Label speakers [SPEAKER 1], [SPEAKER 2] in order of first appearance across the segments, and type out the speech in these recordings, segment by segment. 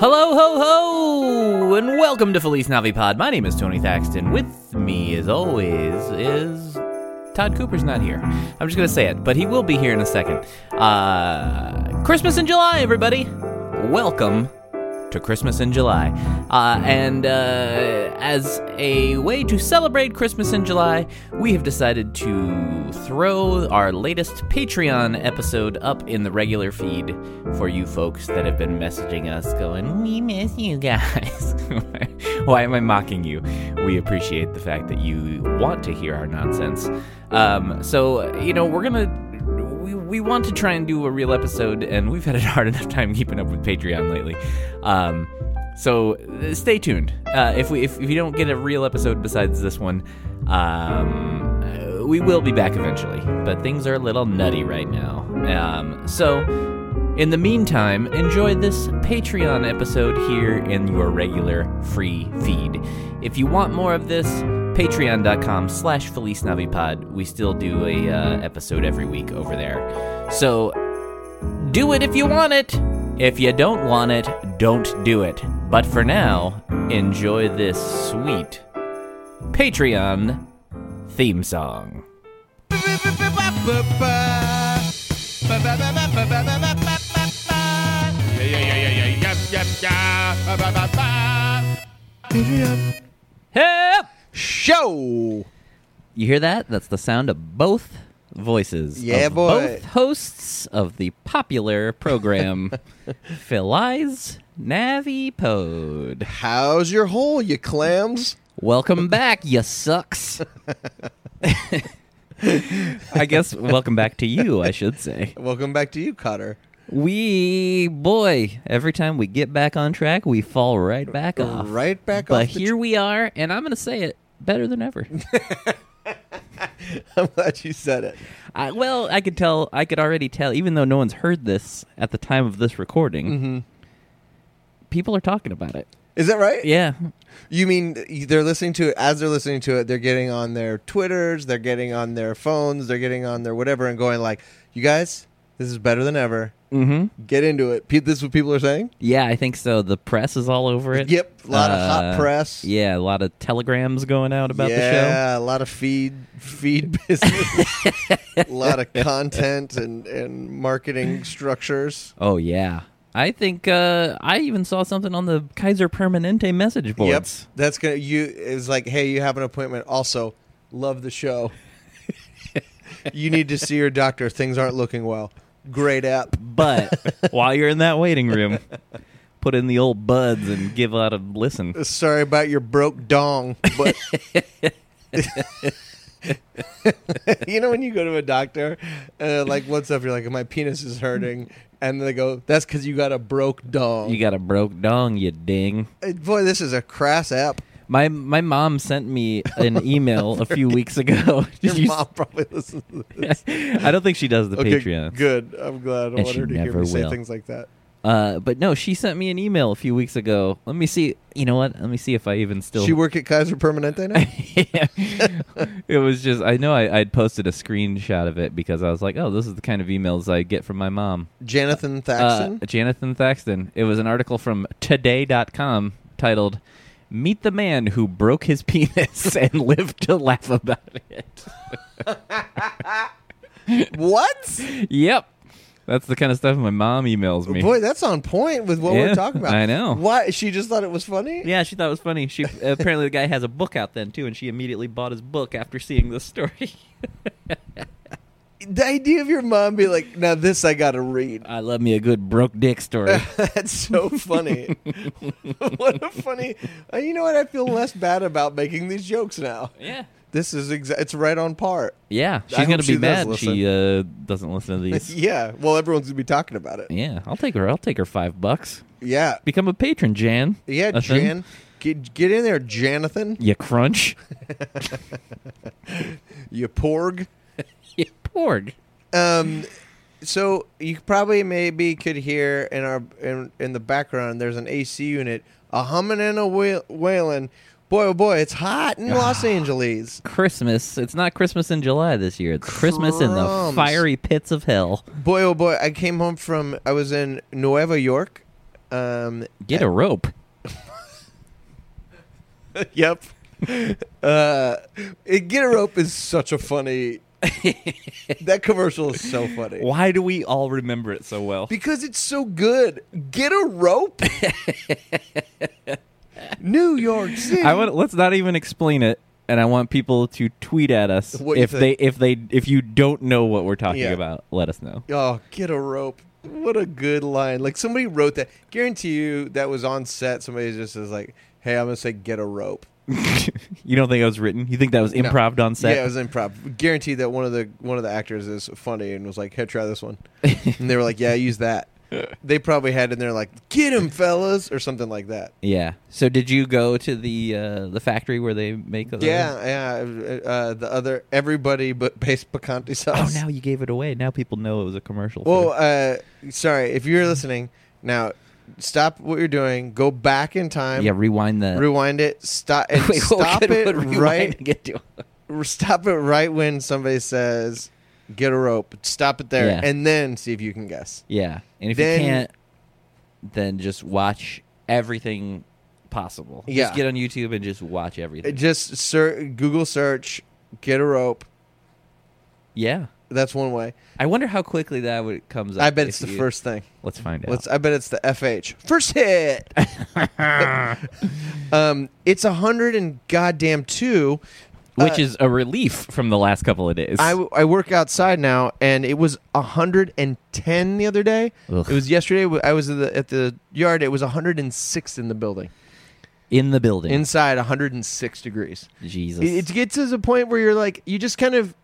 [SPEAKER 1] Hello, ho, ho, and welcome to Felice Navipod. My name is Tony Thaxton. With me, as always, is Todd Cooper's not here. I'm just gonna say it, but he will be here in a second. Uh, Christmas in July, everybody. Welcome to Christmas in July. Uh, and uh, as a way to celebrate Christmas in July, we have decided to throw our latest Patreon episode up in the regular feed for you folks that have been messaging us going, We miss you guys. Why am I mocking you? We appreciate the fact that you want to hear our nonsense. Um, so, you know, we're going to we, we want to try and do a real episode, and we've had a hard enough time keeping up with Patreon lately. Um, so uh, stay tuned. Uh, if we if, if you don't get a real episode besides this one, um, uh, we will be back eventually. But things are a little nutty right now. Um, so in the meantime, enjoy this Patreon episode here in your regular free feed. If you want more of this, patreon.com slash Felice Navipod. We still do a uh, episode every week over there. So do it if you want it. If you don't want it, don't do it. But for now, enjoy this sweet Patreon theme song. Help!
[SPEAKER 2] Show.
[SPEAKER 1] You hear that? That's the sound of both voices.
[SPEAKER 2] Yeah,
[SPEAKER 1] of
[SPEAKER 2] boy.
[SPEAKER 1] Both hosts of the popular program, Phili's Navipod.
[SPEAKER 2] How's your hole, you clams?
[SPEAKER 1] Welcome back, you sucks. I guess welcome back to you, I should say.
[SPEAKER 2] Welcome back to you, Cotter.
[SPEAKER 1] We, boy, every time we get back on track, we fall right back off.
[SPEAKER 2] Right back
[SPEAKER 1] Uh, But
[SPEAKER 2] off the
[SPEAKER 1] here we are, and I'm going to say it better than ever.
[SPEAKER 2] I'm glad you said it.
[SPEAKER 1] I, well, I could tell. I could already tell, even though no one's heard this at the time of this recording.
[SPEAKER 2] Mm-hmm.
[SPEAKER 1] People are talking about it.
[SPEAKER 2] Is that right?
[SPEAKER 1] Yeah,
[SPEAKER 2] You mean they're listening to it as they're listening to it, they're getting on their Twitters, they're getting on their phones, they're getting on their whatever and going like, "You guys, this is better than ever. Mm-hmm. Get into it." Pe- This is what people are saying?
[SPEAKER 1] yeah, I think so. The press is all over it. Uh,
[SPEAKER 2] Yep, a lot of hot press.
[SPEAKER 1] Yeah, a lot of telegrams going out about the show.
[SPEAKER 2] yeah, a lot of feed feed business. a lot of content and and marketing structures.
[SPEAKER 1] Oh yeah, I think uh, I even saw something on the Kaiser Permanente message boards.
[SPEAKER 2] Yep, that's gonna. You is like, hey, you have an appointment. Also, love the show. you need to see your doctor. Things aren't looking well. Great app.
[SPEAKER 1] But while you're in that waiting room, put in the old buds and give out a listen.
[SPEAKER 2] Sorry about your broke dong, but. you know when you go to a doctor, uh, like what's up? You're like, my penis is hurting, and they go, "That's because you got a broke dong."
[SPEAKER 1] You got a broke dong, you ding.
[SPEAKER 2] Uh, Boy, this is a crass app.
[SPEAKER 1] My my mom sent me an email a few weeks ago.
[SPEAKER 2] Your
[SPEAKER 1] Did you-
[SPEAKER 2] mom probably listens to this.
[SPEAKER 1] I don't think she does the
[SPEAKER 2] Okay,
[SPEAKER 1] Patreon.
[SPEAKER 2] good. I'm glad. I don't
[SPEAKER 1] And
[SPEAKER 2] want
[SPEAKER 1] she
[SPEAKER 2] her to hear
[SPEAKER 1] never
[SPEAKER 2] me say
[SPEAKER 1] will.
[SPEAKER 2] things like that.
[SPEAKER 1] Uh, but no, she sent me an email a few weeks ago. Let me see. You know what? Let me see if I even still.
[SPEAKER 2] She work at Kaiser Permanente now?
[SPEAKER 1] it was just I know I, I'd posted a screenshot of it because I was like, oh, this is the kind of emails I get from my mom.
[SPEAKER 2] Jonathan
[SPEAKER 1] Uh,
[SPEAKER 2] Thaxton?
[SPEAKER 1] Jonathan Thaxton. It was an article from Today.com titled "Meet the Man Who Broke His Penis and Lived to Laugh About It."
[SPEAKER 2] what?
[SPEAKER 1] Yep. That's the kind of stuff my mom emails me.
[SPEAKER 2] Boy, that's on point with what
[SPEAKER 1] Yeah,
[SPEAKER 2] we're talking about.
[SPEAKER 1] I know.
[SPEAKER 2] Why? She just thought it was funny?
[SPEAKER 1] Yeah, she thought it was funny. She apparently the guy has a book out then too, and she immediately bought his book after seeing this story.
[SPEAKER 2] The idea of your mom be like, now this I got to read.
[SPEAKER 1] I love me a good broke dick story.
[SPEAKER 2] That's so funny. what a funny. Uh, you know what? I feel less bad about making these jokes now.
[SPEAKER 1] yeah,
[SPEAKER 2] This is exa- it's right on par.
[SPEAKER 1] yeah. She's
[SPEAKER 2] I hope
[SPEAKER 1] gonna be
[SPEAKER 2] she does
[SPEAKER 1] mad. She uh, doesn't listen to these.
[SPEAKER 2] Yeah. Well, everyone's going to be talking about it.
[SPEAKER 1] yeah, I'll take her. I'll take her five bucks.
[SPEAKER 2] Yeah.
[SPEAKER 1] Become a patron, Jan.
[SPEAKER 2] Yeah,
[SPEAKER 1] A thing.
[SPEAKER 2] Jan. Get, get in there, Jonathan.
[SPEAKER 1] You crunch.
[SPEAKER 2] You porg.
[SPEAKER 1] you porg.
[SPEAKER 2] Um, so you probably maybe could hear in our in, in the background. There's an AC unit, a humming and a wail- wailing. Boy, oh boy, it's hot in Los Angeles.
[SPEAKER 1] Christmas. It's not Christmas in July this year. It's Christmas in the
[SPEAKER 2] Crumbs.
[SPEAKER 1] fiery pits of hell.
[SPEAKER 2] Boy, oh boy, I came home from. I was in Nueva York Um,
[SPEAKER 1] Get a rope.
[SPEAKER 2] yep. uh, it- get a rope is such a funny. that commercial is so funny.
[SPEAKER 1] Why do we all remember it so well?
[SPEAKER 2] Because it's so good. Get a rope. New York City.
[SPEAKER 1] I want let's not even explain it and I want people to tweet at us
[SPEAKER 2] What you
[SPEAKER 1] if they if they if you don't know what we're talking
[SPEAKER 2] Yeah.
[SPEAKER 1] about, let us know.
[SPEAKER 2] oh, get a rope. What a good line. Like somebody wrote that. Guarantee you that was on set. Somebody just is like, "Hey, I'm gonna say get a rope."
[SPEAKER 1] you don't think that was written? You think that was
[SPEAKER 2] No.
[SPEAKER 1] improv on set?
[SPEAKER 2] Yeah, it was improv. Guaranteed that one of the one of the actors is funny and was like, "Hey, try this one," and they were like, "Yeah, use that." They probably had in there like, "Get him, fellas," or something like that.
[SPEAKER 1] Yeah. So did you go to the uh, the factory where they make those?
[SPEAKER 2] Yeah, yeah. Uh, the other everybody but base picante
[SPEAKER 1] Oh,
[SPEAKER 2] sauce.
[SPEAKER 1] now you gave it away. Now people know it was a commercial.
[SPEAKER 2] Well,
[SPEAKER 1] for-
[SPEAKER 2] uh, sorry if you're listening now. Stop what you're doing. Go back in time.
[SPEAKER 1] yeah. Rewind the.
[SPEAKER 2] Rewind it. Stop and
[SPEAKER 1] Wait, what
[SPEAKER 2] stop
[SPEAKER 1] would-
[SPEAKER 2] it
[SPEAKER 1] what rewind
[SPEAKER 2] right.
[SPEAKER 1] Get to?
[SPEAKER 2] Stop it right when somebody says, "Get a rope." Stop it there,
[SPEAKER 1] Yeah.
[SPEAKER 2] and then see if you can guess.
[SPEAKER 1] Yeah. And if
[SPEAKER 2] Then-
[SPEAKER 1] you can't, then just watch everything possible.
[SPEAKER 2] Yeah.
[SPEAKER 1] Just get on YouTube and just watch everything.
[SPEAKER 2] Just ser- Google search "get a rope."
[SPEAKER 1] yeah.
[SPEAKER 2] That's one way.
[SPEAKER 1] I wonder how quickly that would comes up.
[SPEAKER 2] I bet
[SPEAKER 1] if
[SPEAKER 2] it's the
[SPEAKER 1] you-
[SPEAKER 2] first thing.
[SPEAKER 1] Let's find out.
[SPEAKER 2] Let's. I bet it's the FH first hit. um, it's a hundred and goddamn two.
[SPEAKER 1] Which
[SPEAKER 2] uh,
[SPEAKER 1] is a relief from the last couple of days.
[SPEAKER 2] I, I work outside now, and it was 110 the other day.
[SPEAKER 1] Ugh.
[SPEAKER 2] It was yesterday. I was at the, at the yard. It was 106 in the building.
[SPEAKER 1] in the building.
[SPEAKER 2] Inside, 106 degrees.
[SPEAKER 1] Jesus.
[SPEAKER 2] It, it gets to the point where you're like, you just kind of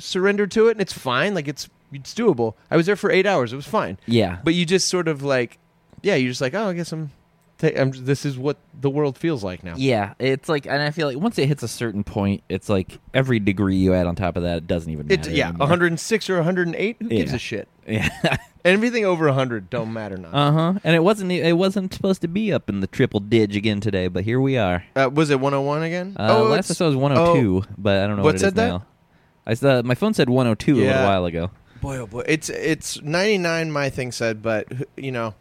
[SPEAKER 2] surrender to it, and it's fine. Like it's it's doable. I was there for eight hours. It was fine.
[SPEAKER 1] yeah.
[SPEAKER 2] But you just sort of like, yeah, you're just like, oh, I guess I'm. Ta- I'm this is what the world feels like now.
[SPEAKER 1] Yeah, it's like, and I feel like once it hits a certain point, it's like every degree you add on top of that it doesn't even
[SPEAKER 2] It,
[SPEAKER 1] matter.
[SPEAKER 2] yeah,
[SPEAKER 1] anymore.
[SPEAKER 2] 106 or 108. Who gives
[SPEAKER 1] Yeah.
[SPEAKER 2] a shit?
[SPEAKER 1] Yeah,
[SPEAKER 2] Anything over 100 don't matter now.
[SPEAKER 1] uh huh. And it wasn't it wasn't supposed to be up in the triple dig again today, but here we are.
[SPEAKER 2] Uh, was it 101 again?
[SPEAKER 1] Uh, last
[SPEAKER 2] Oh, it's-
[SPEAKER 1] episode was 102, but I don't know
[SPEAKER 2] What
[SPEAKER 1] what, it is
[SPEAKER 2] said that?
[SPEAKER 1] now. I saw, my phone said 102 a little
[SPEAKER 2] Yeah.
[SPEAKER 1] while ago.
[SPEAKER 2] boy, oh boy, it's it's 99. My thing said, but you know,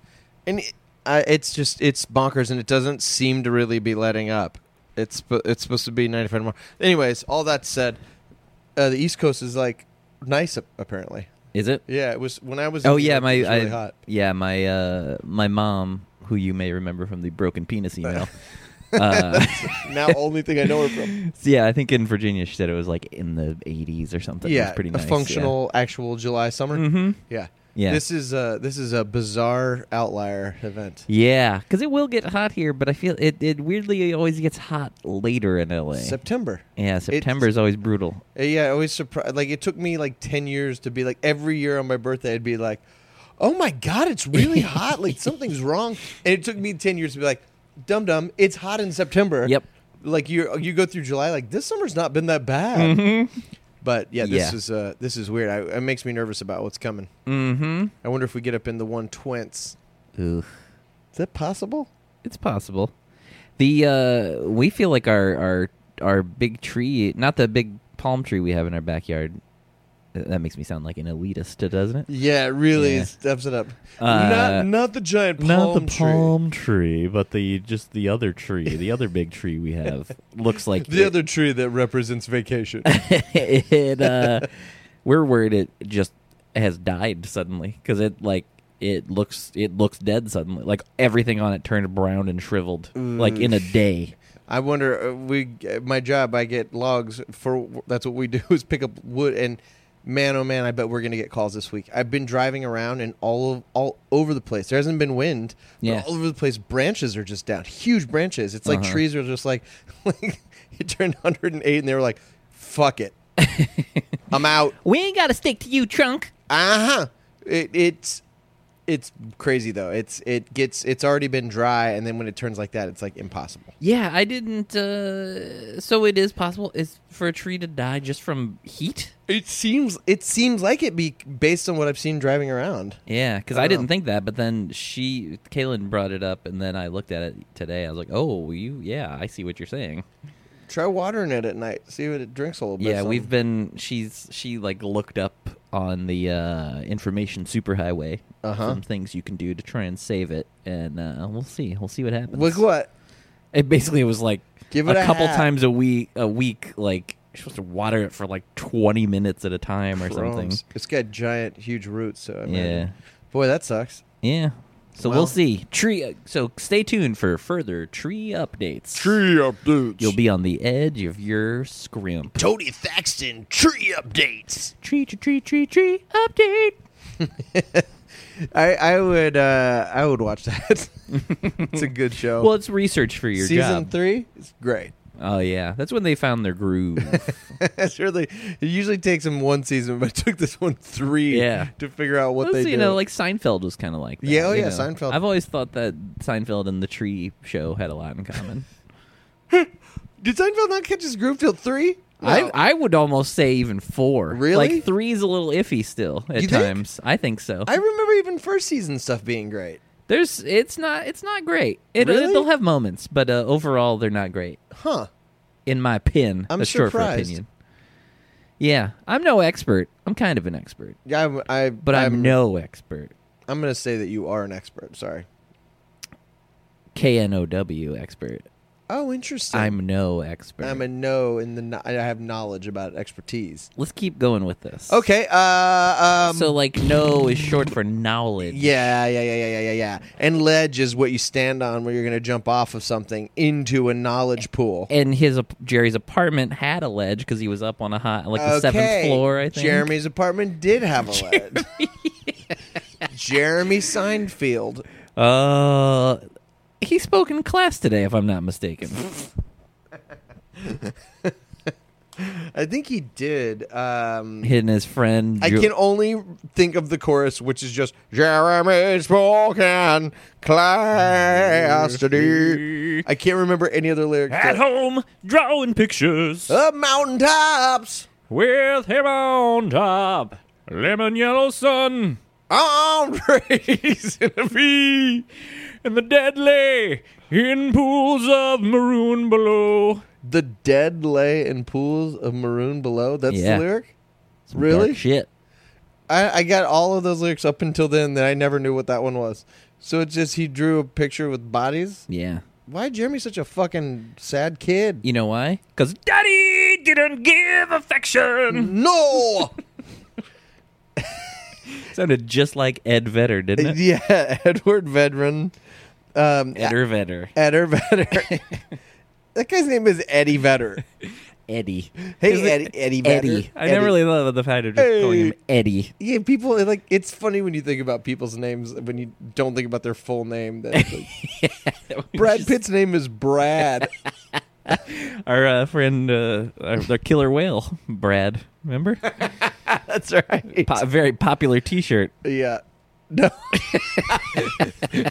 [SPEAKER 2] and uh, it's just it's bonkers, and it doesn't seem to really be letting up. It's sp- it's supposed to be 95 tomorrow. Anyways, all that said, uh, the East Coast is like nice ap- apparently.
[SPEAKER 1] Is it?
[SPEAKER 2] Yeah, it was when I was. in
[SPEAKER 1] Oh
[SPEAKER 2] New
[SPEAKER 1] yeah,
[SPEAKER 2] York,
[SPEAKER 1] my
[SPEAKER 2] it was really
[SPEAKER 1] I-
[SPEAKER 2] hot.
[SPEAKER 1] yeah my uh, my mom, who you may remember from the broken penis email. uh,
[SPEAKER 2] Now only thing I know her from.
[SPEAKER 1] so yeah, I think in Virginia she said it was like in the 80s or something. it
[SPEAKER 2] yeah,
[SPEAKER 1] was pretty
[SPEAKER 2] a
[SPEAKER 1] nice.
[SPEAKER 2] functional actual July summer.
[SPEAKER 1] Mm-hmm.
[SPEAKER 2] Yeah.
[SPEAKER 1] Yeah.
[SPEAKER 2] This is a this is a bizarre outlier event.
[SPEAKER 1] Yeah, because it will get hot here, but I feel it, it weirdly always gets hot later in LA.
[SPEAKER 2] September.
[SPEAKER 1] yeah, September is always brutal.
[SPEAKER 2] Uh, Yeah, I always surprised. Like it took me like ten years to be like every year on my birthday, I'd be like, "Oh my god, it's really hot! Like something's wrong." And it took me ten years to be like, "Dum dum, it's hot in September."
[SPEAKER 1] Yep.
[SPEAKER 2] Like you you go through July, like this summer's not been that bad. But yeah, this
[SPEAKER 1] Yeah.
[SPEAKER 2] is uh this is weird. I, it makes me nervous about what's coming.
[SPEAKER 1] Mm
[SPEAKER 2] I wonder if we get up in the one twents.
[SPEAKER 1] hmm. Ooh,
[SPEAKER 2] Is that possible?
[SPEAKER 1] it's possible. The uh, we feel like our our our big tree, not the big palm tree we have in our backyard. Th- That makes me sound like an elitist, doesn't it?
[SPEAKER 2] Yeah, it really
[SPEAKER 1] Yeah.
[SPEAKER 2] steps it up.
[SPEAKER 1] Uh,
[SPEAKER 2] not not the giant palm tree.
[SPEAKER 1] tree, but the just the other tree, the other big tree we have looks like
[SPEAKER 2] The other tree that represents vacation.
[SPEAKER 1] it uh we're worried it just has died suddenly because it like it looks it looks dead suddenly like everything on it turned brown and shriveled like in a day
[SPEAKER 2] I wonder. Uh, we uh, my job. I get logs for. That's what we do is pick up wood and. Man, oh man! I bet we're gonna get calls this week. I've been driving around and all of, all over the place. There hasn't been wind, but
[SPEAKER 1] Yeah.
[SPEAKER 2] all over the place. Branches are just down, huge branches. It's like
[SPEAKER 1] Uh-huh.
[SPEAKER 2] trees are just like, like it turned 108, and they were like, "Fuck it, I'm out."
[SPEAKER 1] we ain't gotta stick to you trunk
[SPEAKER 2] Uh huh. It, it's it's crazy though. It's it gets it's already been dry, and then when it turns like that, it's like impossible.
[SPEAKER 1] yeah i didn't uh so it is possible is for a tree to die just from heat
[SPEAKER 2] It seems it seems like it be based on what I've seen driving around.
[SPEAKER 1] yeah because
[SPEAKER 2] I
[SPEAKER 1] i,
[SPEAKER 2] don't
[SPEAKER 1] didn't
[SPEAKER 2] know.
[SPEAKER 1] think that but then she kaylin brought it up and then i looked at it today i was like oh you yeah i see what you're saying
[SPEAKER 2] Try watering it at night. See what it drinks a little bit.
[SPEAKER 1] Yeah,
[SPEAKER 2] something.
[SPEAKER 1] we've been. She's she like looked up on the uh, information superhighway.
[SPEAKER 2] Uh-huh.
[SPEAKER 1] Some things you can do to try and save it, and uh, we'll see. We'll see what happens.
[SPEAKER 2] Look what?
[SPEAKER 1] It basically was like
[SPEAKER 2] Give it
[SPEAKER 1] a,
[SPEAKER 2] a
[SPEAKER 1] couple
[SPEAKER 2] hat.
[SPEAKER 1] times a week. A week, like you're supposed to water it for like 20 minutes at a time or something.
[SPEAKER 2] Crumbs. It's got giant, huge roots. So I mean,
[SPEAKER 1] Yeah.
[SPEAKER 2] Boy, that sucks.
[SPEAKER 1] Yeah. So we'll,
[SPEAKER 2] Well-
[SPEAKER 1] see. Tree. uh, So stay tuned for further tree updates.
[SPEAKER 2] updates.
[SPEAKER 1] You'll be on the edge of your scrimp.
[SPEAKER 2] Tony Thaxton tree updates.
[SPEAKER 1] Tree, tree, tree, tree, tree update.
[SPEAKER 2] I I would uh I would watch that. it's a good show.
[SPEAKER 1] Well, it's research for your
[SPEAKER 2] season
[SPEAKER 1] job.
[SPEAKER 2] three is great.
[SPEAKER 1] Oh yeah, that's when they found their groove.
[SPEAKER 2] That's really it. Usually takes them one season, but it took this one three
[SPEAKER 1] Yeah.
[SPEAKER 2] to figure out what
[SPEAKER 1] Well,
[SPEAKER 2] they
[SPEAKER 1] so,
[SPEAKER 2] do.
[SPEAKER 1] you know, like Seinfeld was kind of like that.
[SPEAKER 2] Yeah, oh,
[SPEAKER 1] you
[SPEAKER 2] yeah,
[SPEAKER 1] know.
[SPEAKER 2] Seinfeld.
[SPEAKER 1] I've always thought that Seinfeld and the Tree Show had a lot in common.
[SPEAKER 2] Did Seinfeld not catch his groove till three?
[SPEAKER 1] I
[SPEAKER 2] No.
[SPEAKER 1] I would almost say even four.
[SPEAKER 2] Really?
[SPEAKER 1] Like three's a little iffy still at
[SPEAKER 2] You think?
[SPEAKER 1] times. I think so.
[SPEAKER 2] I remember even first season stuff being great.
[SPEAKER 1] There's it's not it's not great. It, uh,
[SPEAKER 2] Really?
[SPEAKER 1] They'll have moments, but uh, overall they're not great.
[SPEAKER 2] Huh.
[SPEAKER 1] In my pin,
[SPEAKER 2] I'm
[SPEAKER 1] that's short for
[SPEAKER 2] surprised.
[SPEAKER 1] opinion. Yeah, I'm no expert. I'm kind of an expert,
[SPEAKER 2] Yeah, I, I
[SPEAKER 1] but I'm,
[SPEAKER 2] I'm
[SPEAKER 1] no expert.
[SPEAKER 2] I'm gonna say that you are an expert. Sorry.
[SPEAKER 1] K N O W expert.
[SPEAKER 2] Oh, interesting.
[SPEAKER 1] I'm no expert.
[SPEAKER 2] I'm a no in the kno- I have knowledge about expertise.
[SPEAKER 1] Let's keep going with this.
[SPEAKER 2] Okay. Uh. Um,
[SPEAKER 1] so like no is short for knowledge.
[SPEAKER 2] Yeah, yeah, yeah, yeah, yeah, yeah, yeah. And ledge is what you stand on where you're going to jump off of something into a knowledge pool.
[SPEAKER 1] And his ap- Jerry's apartment had a ledge because he was up on a high, like the seventh
[SPEAKER 2] Okay,
[SPEAKER 1] floor. I think.
[SPEAKER 2] Jeremy's apartment did have a ledge. Jeremy Seinfeld.
[SPEAKER 1] Uh, he spoke in class today, if I'm not mistaken.
[SPEAKER 2] I think he did. Um,
[SPEAKER 1] Hitting his friend.
[SPEAKER 2] I
[SPEAKER 1] Ju-
[SPEAKER 2] can only think of the chorus, which is just Jeremy spoke in class today. I can't remember any other lyrics.
[SPEAKER 1] at home drawing pictures
[SPEAKER 2] Up mountaintops
[SPEAKER 1] with him on top. Lemon yellow sun.
[SPEAKER 2] on trees.
[SPEAKER 1] V and the deadly in pools of maroon below.
[SPEAKER 2] The dead lay in pools of maroon below. That's
[SPEAKER 1] Yeah.
[SPEAKER 2] the lyric.
[SPEAKER 1] Some
[SPEAKER 2] Really?
[SPEAKER 1] dark shit.
[SPEAKER 2] I, I got all of those lyrics up until then that I never knew what that one was. So it's just he drew a picture with bodies.
[SPEAKER 1] Yeah.
[SPEAKER 2] Why Jeremy such a fucking sad kid?
[SPEAKER 1] You know why? Because Daddy didn't give affection.
[SPEAKER 2] No.
[SPEAKER 1] Sounded just like Ed Vedder, didn't it?
[SPEAKER 2] yeah, Edward Vedran. Um,
[SPEAKER 1] Edder Vedder.
[SPEAKER 2] Edder Vedder. that guy's name is Eddie Vedder.
[SPEAKER 1] Eddie.
[SPEAKER 2] Hey, Eddie, Eddie Vedder.
[SPEAKER 1] Eddie. I never really love the fact of just calling him Eddie.
[SPEAKER 2] Yeah, people like it's funny when you think about people's names when you don't think about their full name. That like, Brad Pitt's name is Brad.
[SPEAKER 1] Our uh, friend, uh, our, their killer whale, Brad. Remember?
[SPEAKER 2] That's right.
[SPEAKER 1] Po- very popular T-shirt.
[SPEAKER 2] Yeah. No. I,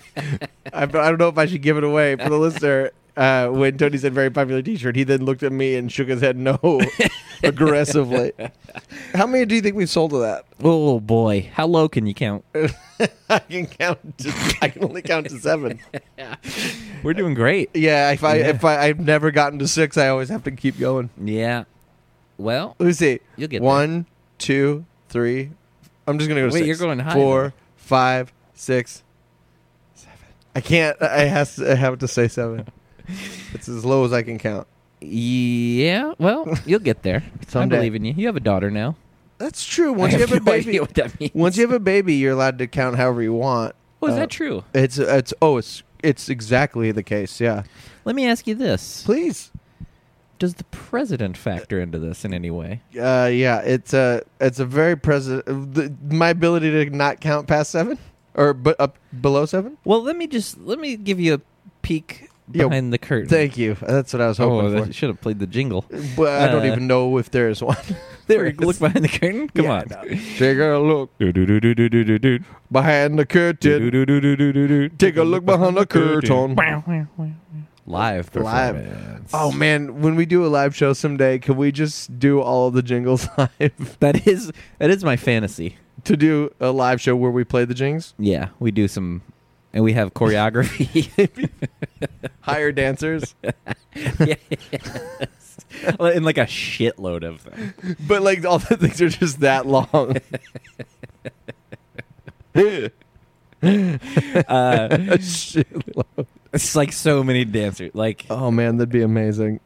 [SPEAKER 2] I don't know if I should give it away for the listener. Uh, when Tony said very popular T-shirt, he then looked at me and shook his head no, aggressively. How many do you think we've sold of that?
[SPEAKER 1] Oh boy, how low can you count?
[SPEAKER 2] I can count. To, I can only count to seven.
[SPEAKER 1] We're doing great.
[SPEAKER 2] Yeah. If I if I, I've never gotten to six, I always have to keep going.
[SPEAKER 1] Yeah. Well,
[SPEAKER 2] Let me see.
[SPEAKER 1] You'll get there.
[SPEAKER 2] one, two, three. I'm just gonna go. To
[SPEAKER 1] Wait,
[SPEAKER 2] six.
[SPEAKER 1] you're going high,
[SPEAKER 2] Four,
[SPEAKER 1] though.
[SPEAKER 2] five, six, seven. I can't. I has. I have to say seven. it's as low as I can count.
[SPEAKER 1] yeah. Well, you'll get there. I
[SPEAKER 2] Someday.
[SPEAKER 1] believe in you. You have a daughter now.
[SPEAKER 2] That's true. Once
[SPEAKER 1] I
[SPEAKER 2] you have a
[SPEAKER 1] no
[SPEAKER 2] baby,
[SPEAKER 1] idea what that means.
[SPEAKER 2] once you have a baby, you're allowed to count however you want.
[SPEAKER 1] oh, is
[SPEAKER 2] Uh,
[SPEAKER 1] that true?
[SPEAKER 2] It's it's oh it's it's exactly the case. Yeah.
[SPEAKER 1] Let me ask you this:
[SPEAKER 2] Please.
[SPEAKER 1] Does the president factor into this in any way?
[SPEAKER 2] Uh, yeah, it's a it's a very present. The, my ability to not count past seven or but up below seven.
[SPEAKER 1] Well, let me just let me give you a peek
[SPEAKER 2] Yeah,
[SPEAKER 1] behind the curtain.
[SPEAKER 2] Thank you. That's what I was hoping
[SPEAKER 1] oh,
[SPEAKER 2] for.
[SPEAKER 1] that should have played the jingle.
[SPEAKER 2] But I don't
[SPEAKER 1] Uh,
[SPEAKER 2] even know if there is one. there it
[SPEAKER 1] Look
[SPEAKER 2] is.
[SPEAKER 1] behind the curtain. Come
[SPEAKER 2] Yeah,
[SPEAKER 1] on.
[SPEAKER 2] no. Take a look behind the curtain. Take
[SPEAKER 3] Take
[SPEAKER 2] a look behind the curtain.
[SPEAKER 1] Live
[SPEAKER 2] Live.
[SPEAKER 1] performance.
[SPEAKER 2] Oh man, when we do a live show someday, can we just do all of the jingles live?
[SPEAKER 1] that is that is my fantasy.
[SPEAKER 2] to do a live show where we play the jings,
[SPEAKER 1] Yeah, we do some, and we have choreography.
[SPEAKER 2] hire dancers.
[SPEAKER 1] yes. Yes. and like a shitload of them.
[SPEAKER 2] But like all the things are just that long.
[SPEAKER 1] Uh,
[SPEAKER 2] Shitload.
[SPEAKER 1] it's like so many dancers. Like,
[SPEAKER 2] oh man, that'd be amazing.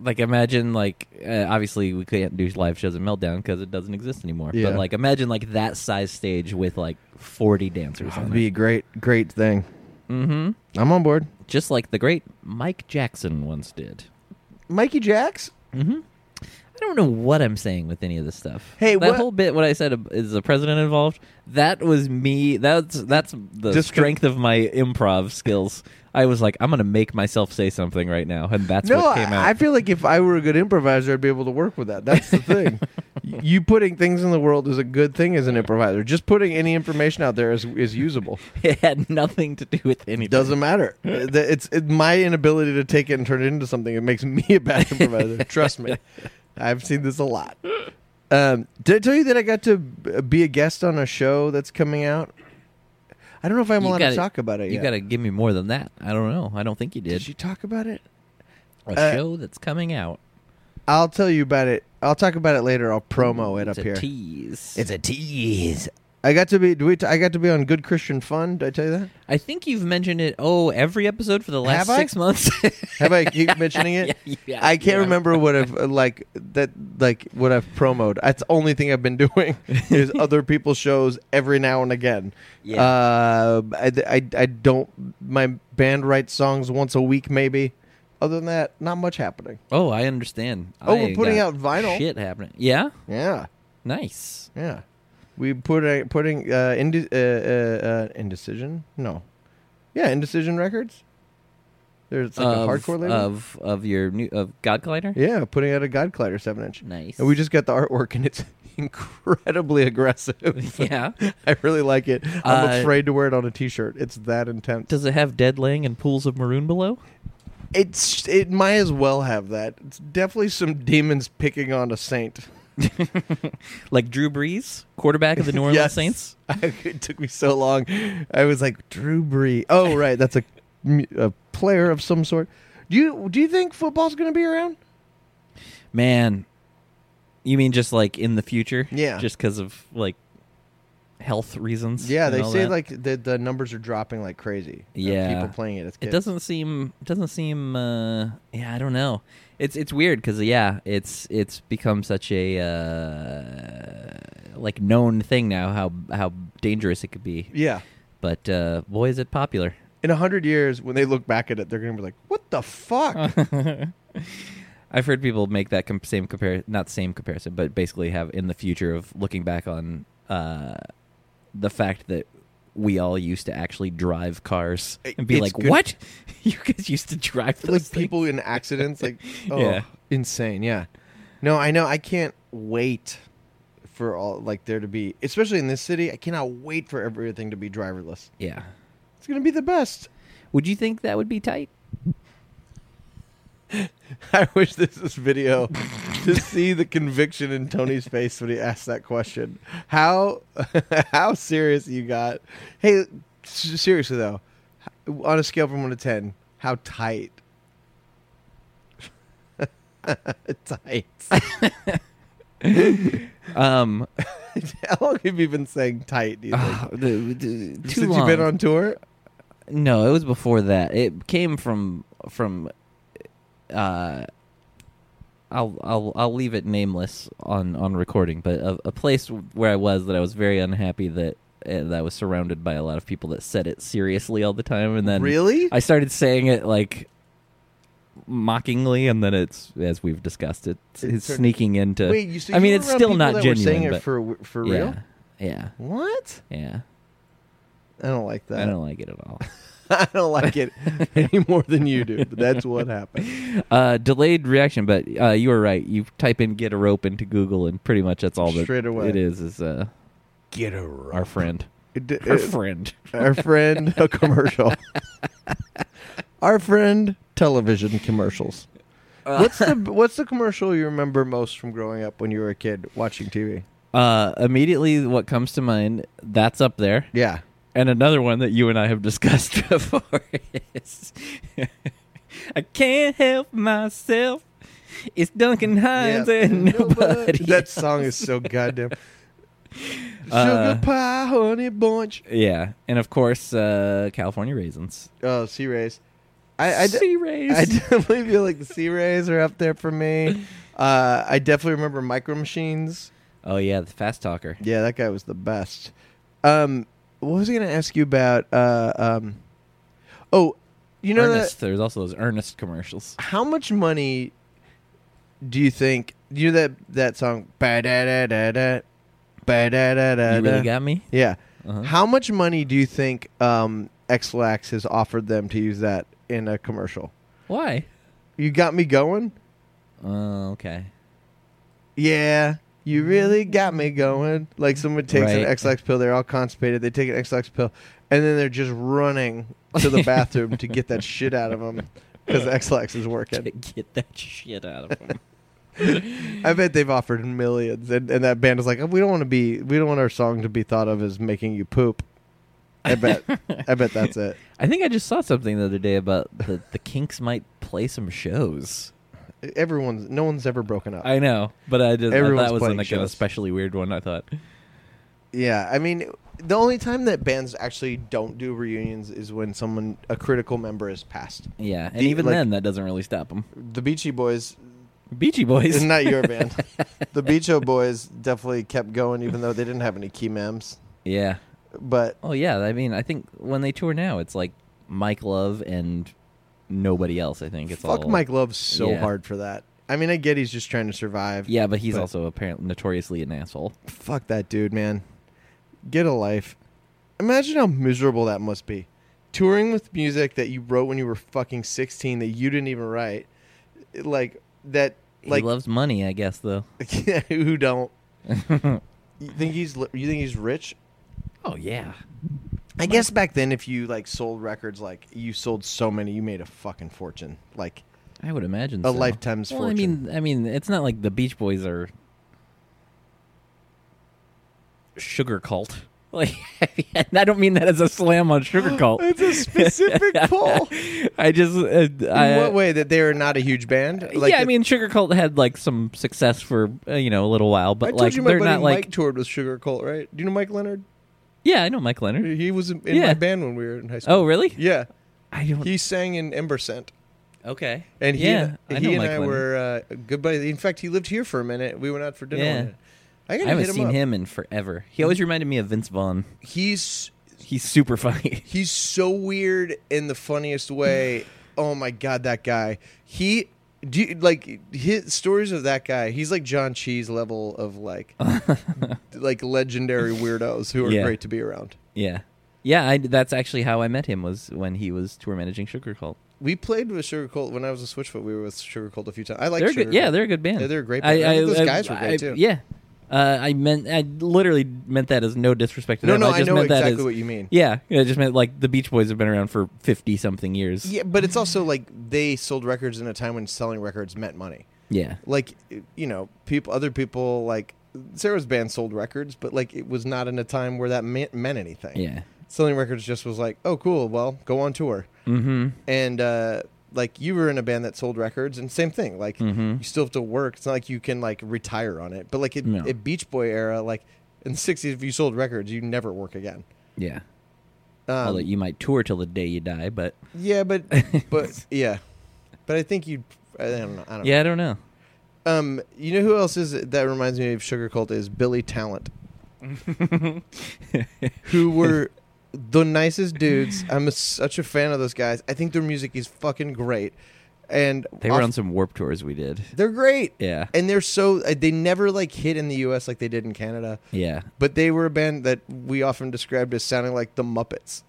[SPEAKER 1] like imagine like uh, obviously we can't do live shows at Meltdown because it doesn't exist anymore.
[SPEAKER 2] Yeah.
[SPEAKER 1] But like imagine like that size stage with like forty dancers on
[SPEAKER 2] That'd
[SPEAKER 1] it.
[SPEAKER 2] be a great, great thing.
[SPEAKER 1] Mm-hmm.
[SPEAKER 2] I'm on board.
[SPEAKER 1] Just like the great Mike Jackson once did.
[SPEAKER 2] Mikey Jacks.
[SPEAKER 1] Mm-hmm. I don't know what I'm saying with any of this stuff.
[SPEAKER 2] Hey,
[SPEAKER 1] that
[SPEAKER 2] what-
[SPEAKER 1] whole bit what I said ab- is the president involved. That was me. That's that's the
[SPEAKER 2] Just 'cause-
[SPEAKER 1] strength of my improv skills. I was like, I'm gonna make myself say something right now, and that's
[SPEAKER 2] no,
[SPEAKER 1] what came out.
[SPEAKER 2] I, I feel like if I were a good improviser, I'd be able to work with that. That's the thing. Y- you putting things in the world is a good thing as an improviser. Just putting any information out there is is usable.
[SPEAKER 1] it had nothing to do with anything.
[SPEAKER 2] It doesn't matter. Uh, th- It's it, my inability to take it and turn it into something. It makes me a bad improviser. Trust me, I've seen this a lot. Um, did I tell you that I got to b- uh, be a guest on a show that's coming out? I don't know if I'm
[SPEAKER 1] You
[SPEAKER 2] allowed
[SPEAKER 1] gotta-
[SPEAKER 2] to talk about it.
[SPEAKER 1] You
[SPEAKER 2] yet.
[SPEAKER 1] got to give me more than that. I don't know. I don't think you did.
[SPEAKER 2] Did you talk about it?
[SPEAKER 1] a
[SPEAKER 2] uh,
[SPEAKER 1] show that's coming out.
[SPEAKER 2] I'll tell you about it. I'll talk about it later. I'll promo it
[SPEAKER 1] It's
[SPEAKER 2] up
[SPEAKER 1] a
[SPEAKER 2] here.
[SPEAKER 1] tease.
[SPEAKER 2] It's a tease. I got to be. Do we? T- I got to be on Good Christian Fun. Did I tell you that?
[SPEAKER 1] I think you've mentioned it. Oh, every episode for the last
[SPEAKER 2] Have I?
[SPEAKER 1] six months.
[SPEAKER 2] Have I keep mentioning it?
[SPEAKER 1] Yeah, yeah,
[SPEAKER 2] I can't
[SPEAKER 1] yeah.
[SPEAKER 2] remember what I've uh, like that like what I've promoted. That's the only thing I've been doing is other people's shows every now and again.
[SPEAKER 1] Yeah.
[SPEAKER 2] Uh, I, I I don't. My band writes songs once a week maybe. Other than that, not much happening.
[SPEAKER 1] oh, I understand.
[SPEAKER 2] Oh,
[SPEAKER 1] I
[SPEAKER 2] we're putting
[SPEAKER 1] got
[SPEAKER 2] out vinyl.
[SPEAKER 1] Shit happening. Yeah.
[SPEAKER 2] Yeah.
[SPEAKER 1] Nice.
[SPEAKER 2] Yeah, we put a, putting uh, indi- uh, uh, uh, indecision. No, yeah, indecision records. There's it's like
[SPEAKER 1] of,
[SPEAKER 2] a hardcore label.
[SPEAKER 1] of of your new of God Collider.
[SPEAKER 2] yeah, putting out a God Collider seven inch,
[SPEAKER 1] Nice.
[SPEAKER 2] and we just got the artwork, and it's incredibly aggressive.
[SPEAKER 1] yeah.
[SPEAKER 2] I really like it. I'm
[SPEAKER 1] Uh,
[SPEAKER 2] afraid to wear it on a t-shirt. It's that intense.
[SPEAKER 1] Does it have dead laying and pools of maroon below?
[SPEAKER 2] It's it might as well have that. It's definitely some demons picking on a saint.
[SPEAKER 1] Like Drew Brees, quarterback of the New Orleans
[SPEAKER 2] Yes.
[SPEAKER 1] Saints.
[SPEAKER 2] it took me so long. I was like Drew Brees. Oh right, that's a, a player of some sort. Do you do you think football's going to be around?
[SPEAKER 1] Man, you mean just like in the future?
[SPEAKER 2] Yeah.
[SPEAKER 1] Just because of like health reasons.
[SPEAKER 2] Yeah,
[SPEAKER 1] and
[SPEAKER 2] they
[SPEAKER 1] all
[SPEAKER 2] say
[SPEAKER 1] that?
[SPEAKER 2] like the the numbers are dropping like crazy. of
[SPEAKER 1] Yeah.
[SPEAKER 2] people playing it. It's
[SPEAKER 1] it doesn't seem it doesn't seem uh yeah I don't know. It's it's weird because yeah it's it's become such a uh like known thing now how how dangerous it could be.
[SPEAKER 2] Yeah,
[SPEAKER 1] But uh boy is it popular.
[SPEAKER 2] in a hundred years, when they look back at it, they're going to be like, "What the fuck?"
[SPEAKER 1] I've heard people make that com- same compare not same comparison, but basically have in the future of looking back on uh, the fact that we all used to actually drive cars
[SPEAKER 2] It-
[SPEAKER 1] and be
[SPEAKER 2] it's
[SPEAKER 1] like,
[SPEAKER 2] good-
[SPEAKER 1] "What? You guys used to drive those
[SPEAKER 2] like
[SPEAKER 1] things?"
[SPEAKER 2] people in accidents, like oh,
[SPEAKER 1] Yeah.
[SPEAKER 2] insane. Yeah, no, I know. I can't wait for all like there to be, especially in this city. I cannot wait for everything to be driverless.
[SPEAKER 1] Yeah.
[SPEAKER 2] It's going to be the best.
[SPEAKER 1] Would you think that would be tight?
[SPEAKER 2] I wish this is video to see the conviction in Tony's face when he asked that question. How how serious you got? Hey, s- seriously though, h- on a scale from one to ten, how tight? tight.
[SPEAKER 1] Um,
[SPEAKER 2] how long have you been saying tight? Do you think?
[SPEAKER 1] ah, the- the- too
[SPEAKER 2] Since
[SPEAKER 1] long.
[SPEAKER 2] you've been on tour?
[SPEAKER 1] No, it was before that. It came from from. Uh, I'll I'll I'll leave it nameless on on recording, but a, a place where I was that I was very unhappy that uh, that I was surrounded by a lot of people that said it seriously all the time, and then
[SPEAKER 2] Really?
[SPEAKER 1] I started saying it like mockingly, and then it's as we've discussed it, it's,
[SPEAKER 2] It turned-
[SPEAKER 1] sneaking into.
[SPEAKER 2] Wait, you so
[SPEAKER 1] uh, I mean,
[SPEAKER 2] you were
[SPEAKER 1] it's
[SPEAKER 2] around
[SPEAKER 1] still
[SPEAKER 2] people
[SPEAKER 1] not
[SPEAKER 2] that
[SPEAKER 1] genuine.
[SPEAKER 2] Were saying
[SPEAKER 1] but
[SPEAKER 2] it for for real?
[SPEAKER 1] Yeah,
[SPEAKER 2] What?
[SPEAKER 1] yeah, yeah.
[SPEAKER 2] I don't like that.
[SPEAKER 1] I don't like it at all.
[SPEAKER 2] I don't like it any more than you do. But that's what happened.
[SPEAKER 1] Uh, delayed reaction, but uh, you were right. You type in "get a rope" into Google, and pretty much that's all that
[SPEAKER 2] Straight away.
[SPEAKER 1] it is. Is uh,
[SPEAKER 2] Get a rope.
[SPEAKER 1] our friend,
[SPEAKER 2] It d-
[SPEAKER 1] our
[SPEAKER 2] it-
[SPEAKER 1] friend.
[SPEAKER 2] our friend, a commercial. our friend, television commercials.
[SPEAKER 1] Uh.
[SPEAKER 2] What's the What's the commercial you remember most from growing up when you were a kid watching TV?
[SPEAKER 1] Uh, immediately, what comes to mind? That's up there,
[SPEAKER 2] Yeah,
[SPEAKER 1] and another one that you and I have discussed before is, "I can't help myself." It's Duncan Hines and nobody.
[SPEAKER 2] That song is so goddamn. Sugar
[SPEAKER 1] Uh,
[SPEAKER 2] pie, honey bunch.
[SPEAKER 1] yeah, and of course, uh, California raisins.
[SPEAKER 2] Oh, Sea Rays. I, I, d-
[SPEAKER 1] sea raisins.
[SPEAKER 2] I definitely feel like the Sea Rays are up there for me. Uh, I definitely remember Micro Machines.
[SPEAKER 1] oh yeah, the fast talker.
[SPEAKER 2] Yeah, that guy was the best. Um, what was I going to ask you about? Uh, um, oh, you know that
[SPEAKER 1] Ernest. There's also those Ernest commercials.
[SPEAKER 2] how much money do you think you know that that song ba da da da da ba da da da
[SPEAKER 1] You really
[SPEAKER 2] da
[SPEAKER 1] got me.
[SPEAKER 2] yeah
[SPEAKER 1] Uh-huh.
[SPEAKER 2] how much money do you think um xlax has offered them to use that in a commercial
[SPEAKER 1] Why?
[SPEAKER 2] you got me going
[SPEAKER 1] Oh, okay.
[SPEAKER 2] yeah you really got me going like someone takes an
[SPEAKER 1] Right.
[SPEAKER 2] xlax pill they're all constipated they take an xlax pill and then they're just running to the bathroom to get that shit out of them because xlax is working
[SPEAKER 1] Get that shit out of him.
[SPEAKER 2] I bet they've offered millions, and, and that band is like, we don't want to be, we don't want our song to be thought of as making you poop. I bet, I bet that's it.
[SPEAKER 1] I think I just saw something the other day about the the Kinks might play some shows.
[SPEAKER 2] Everyone's, no one's ever broken up.
[SPEAKER 1] I know, but I just I
[SPEAKER 2] Uh, Everyone's
[SPEAKER 1] thought it was
[SPEAKER 2] playing
[SPEAKER 1] like an
[SPEAKER 2] shows.
[SPEAKER 1] especially weird one. I thought.
[SPEAKER 2] yeah, I mean, the only time that bands actually don't do reunions is when someone, a critical member, is passed.
[SPEAKER 1] Yeah, and
[SPEAKER 2] The-
[SPEAKER 1] even
[SPEAKER 2] like-
[SPEAKER 1] then, that doesn't really stop them.
[SPEAKER 2] The Beachy Boys,
[SPEAKER 1] Beachy Boys.
[SPEAKER 2] is not your band. the Beacho Boys definitely kept going, even though they didn't have any key mems.
[SPEAKER 1] yeah.
[SPEAKER 2] But
[SPEAKER 1] Oh yeah. I mean, I think when they tour now, it's like Mike Love and nobody else. I think it's
[SPEAKER 2] fuck
[SPEAKER 1] all
[SPEAKER 2] Mike Love so
[SPEAKER 1] Yeah.
[SPEAKER 2] hard for that. I mean, I get he's just trying to survive.
[SPEAKER 1] Yeah, but he's
[SPEAKER 2] But-
[SPEAKER 1] also apparently notoriously an asshole.
[SPEAKER 2] Fuck that dude, man. Get a life. Imagine how miserable that must be. Touring with music that you wrote when you were fucking 16 that you didn't even write. Like that like
[SPEAKER 1] he loves money, I guess, though.
[SPEAKER 2] who don't you think he's li- you think he's rich?
[SPEAKER 1] Oh yeah.
[SPEAKER 2] I guess back then if you like sold records like you sold so many you made a fucking fortune. Like
[SPEAKER 1] I would imagine
[SPEAKER 2] A
[SPEAKER 1] so.
[SPEAKER 2] lifetime's
[SPEAKER 1] well, I mean, I mean, it's not like the Beach Boys are sugar cult. Like, and I don't mean that as a slam on sugar cult.
[SPEAKER 2] It's a specific pull.
[SPEAKER 1] I just, uh,
[SPEAKER 2] in
[SPEAKER 1] I,
[SPEAKER 2] what way that they are not a huge band?
[SPEAKER 1] yeah, I
[SPEAKER 2] the-
[SPEAKER 1] mean, sugar cult had like some success for uh, you know a little while,
[SPEAKER 2] I
[SPEAKER 1] but
[SPEAKER 2] told
[SPEAKER 1] like
[SPEAKER 2] you my
[SPEAKER 1] they're
[SPEAKER 2] buddy
[SPEAKER 1] not like.
[SPEAKER 2] Mike toured with Sugar Cult, right? Do you know Mike Leonard?
[SPEAKER 1] Yeah, I know Mike Leonard.
[SPEAKER 2] He was in in
[SPEAKER 1] Yeah.
[SPEAKER 2] my band when we were in high school.
[SPEAKER 1] Oh, really?
[SPEAKER 2] Yeah,
[SPEAKER 1] I don't.
[SPEAKER 2] he sang in Ember Scent,
[SPEAKER 1] okay.
[SPEAKER 2] and he
[SPEAKER 1] yeah,
[SPEAKER 2] and,
[SPEAKER 1] I
[SPEAKER 2] he
[SPEAKER 1] know
[SPEAKER 2] and
[SPEAKER 1] Mike
[SPEAKER 2] I
[SPEAKER 1] Leonard.
[SPEAKER 2] were uh, good buddies. In fact, he lived here for a minute. We went out for dinner.
[SPEAKER 1] Yeah.
[SPEAKER 2] one night. I,
[SPEAKER 1] I
[SPEAKER 2] gotta
[SPEAKER 1] haven't
[SPEAKER 2] hit him
[SPEAKER 1] seen
[SPEAKER 2] up.
[SPEAKER 1] him in forever. He always reminded me of Vince Vaughn.
[SPEAKER 2] He's
[SPEAKER 1] He's super funny.
[SPEAKER 2] he's so weird in the funniest way. oh my god, that guy. He do you, like his stories of that guy. He's like John Cheese level of like like legendary weirdos who are
[SPEAKER 1] Yeah.
[SPEAKER 2] great to be around.
[SPEAKER 1] Yeah, yeah. I, that's actually how I met him was when he was tour managing Sugar Cult.
[SPEAKER 2] We played with Sugar Cult when I was a Switchfoot. We were with Sugar Cult a few times. I like
[SPEAKER 1] they're
[SPEAKER 2] Sugar
[SPEAKER 1] good. Yeah,
[SPEAKER 2] Cult.
[SPEAKER 1] they're a good band.
[SPEAKER 2] Yeah, they're a great band. I think those guys were great,
[SPEAKER 1] I-
[SPEAKER 2] too.
[SPEAKER 1] Yeah, uh, I meant I literally meant that as no disrespect to
[SPEAKER 2] No,
[SPEAKER 1] them.
[SPEAKER 2] no,
[SPEAKER 1] I
[SPEAKER 2] I
[SPEAKER 1] just
[SPEAKER 2] know
[SPEAKER 1] meant that
[SPEAKER 2] exactly
[SPEAKER 1] as
[SPEAKER 2] what you mean.
[SPEAKER 1] yeah. I just meant like the Beach Boys have been around for fifty something years.
[SPEAKER 2] Yeah, but it's also like they sold records in a time when selling records meant money.
[SPEAKER 1] Yeah.
[SPEAKER 2] Like, you know, people, other people, like Sarah's band sold records, but like it was not in a time where that meant, meant anything.
[SPEAKER 1] Yeah.
[SPEAKER 2] Selling records just was like, oh, cool. Well, go on tour.
[SPEAKER 1] Mm-hmm.
[SPEAKER 2] And, uh, like you were in a band that sold records and same thing like
[SPEAKER 1] Mm-hmm.
[SPEAKER 2] you still have to work it's not like you can like retire on it but like it,
[SPEAKER 1] No.
[SPEAKER 2] it beach boy era like in the 60s if you sold records you never work again
[SPEAKER 1] Yeah.
[SPEAKER 2] um,
[SPEAKER 1] Although you might tour till the day you die, but
[SPEAKER 2] yeah but but yeah but i think you i don't know i don't
[SPEAKER 1] yeah, I don't know.
[SPEAKER 2] know um you know who else is that reminds me of sugar cult is billy talent who were the nicest dudes. I'm a, such a fan of those guys. I think their music is fucking great, and
[SPEAKER 1] They were
[SPEAKER 2] off-
[SPEAKER 1] on some warp tours we did.
[SPEAKER 2] They're great,
[SPEAKER 1] Yeah.
[SPEAKER 2] and they're so uh, they never like hit in the U.S. like they did in Canada.
[SPEAKER 1] Yeah.
[SPEAKER 2] But they were a band that we often described as sounding like the Muppets.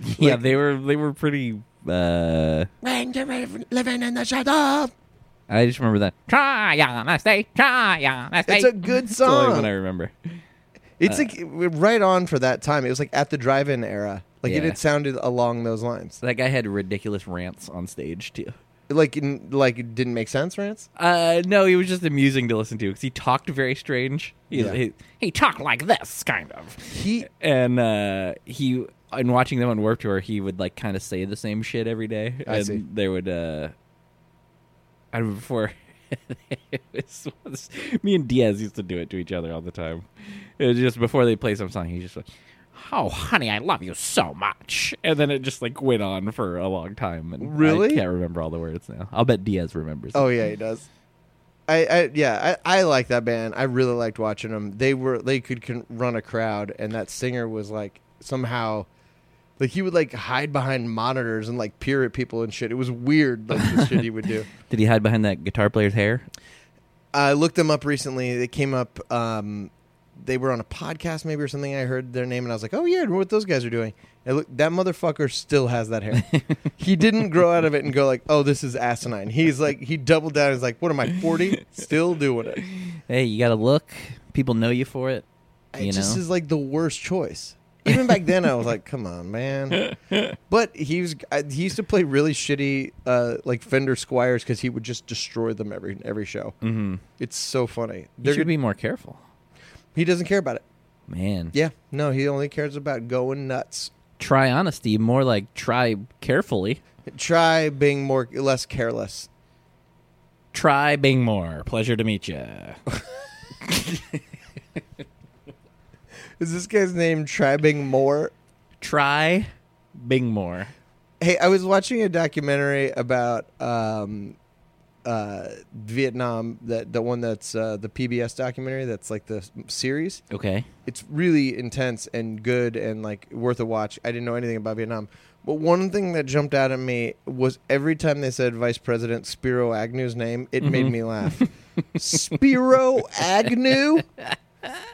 [SPEAKER 1] yeah, they were they were pretty uh
[SPEAKER 2] Living in the shadow.
[SPEAKER 1] I just remember that. Try on a stay, try on a stay.
[SPEAKER 2] It's a good
[SPEAKER 1] That's the only one I
[SPEAKER 2] song.
[SPEAKER 1] remember.
[SPEAKER 2] It's
[SPEAKER 1] uh,
[SPEAKER 2] like right on for that time. It was like at the drive-in era. Like it
[SPEAKER 1] Yeah.
[SPEAKER 2] had sounded along those lines.
[SPEAKER 1] That guy had ridiculous rants on stage too.
[SPEAKER 2] Like in, like it didn't make sense, Rance.
[SPEAKER 1] Uh, no, he was just amusing to listen to because he talked very strange. He,
[SPEAKER 2] Yeah.
[SPEAKER 1] he he talked like this kind of,
[SPEAKER 2] He
[SPEAKER 1] and uh, he in watching them on Warped Tour, he would like kind of say the same shit every day,
[SPEAKER 2] I
[SPEAKER 1] and
[SPEAKER 2] see.
[SPEAKER 1] they would. Uh, I remember before it was, was- me and Diaz used to do it to each other all the time. It was just before they play some song, he just like, "Oh, honey, I love you so much," and then it just like went on for a long time. And
[SPEAKER 2] Really?
[SPEAKER 1] I can't remember all the words now. I'll bet Diaz remembers.
[SPEAKER 2] Oh yeah, he does. I, I yeah, I, I like that band. I really liked watching them. They were they could con- run a crowd, and that singer was like somehow, like he would like hide behind monitors and like peer at people and shit. It was weird, like the shit he would do.
[SPEAKER 1] Did he hide behind that guitar player's hair?
[SPEAKER 2] I looked them up recently. They came up. Um, they were on a podcast maybe or something. I heard their name and I was like, oh yeah, I remember what those guys are doing. And look, that motherfucker still has that hair. he didn't grow out of it and go like, oh, this is asinine. He's like, he doubled down. He's like, what am I, forty? Still doing it.
[SPEAKER 1] Hey, you got to look. People know you for it.
[SPEAKER 2] It
[SPEAKER 1] You know,
[SPEAKER 2] just is like the worst choice. Even back then, I was like, "Come on, man!" But he was I, he used to play really shitty uh, like Fender Squires because he would just destroy them every every show.
[SPEAKER 1] mm-hmm.
[SPEAKER 2] It's so funny.
[SPEAKER 1] you
[SPEAKER 2] They're
[SPEAKER 1] should
[SPEAKER 2] gonna-
[SPEAKER 1] be more careful,
[SPEAKER 2] he doesn't care about it.
[SPEAKER 1] man.
[SPEAKER 2] Yeah, no, he only cares about going nuts.
[SPEAKER 1] Try honesty, more like try carefully.
[SPEAKER 2] Try being more less careless.
[SPEAKER 1] Try Bing Moore. Pleasure to meet you.
[SPEAKER 2] Is this guy's name Try Being More?
[SPEAKER 1] Try Bing Moore.
[SPEAKER 2] Hey, I was watching a documentary about um, uh, Vietnam. That the one that's uh, the PBS documentary. That's like the s- series.
[SPEAKER 1] Okay.
[SPEAKER 2] it's really intense and good and like worth a watch. I didn't know anything about Vietnam, but one thing that jumped out at me was every time they said Vice President Spiro Agnew's name, it
[SPEAKER 1] Mm-hmm.
[SPEAKER 2] made me laugh. Spiro Agnew?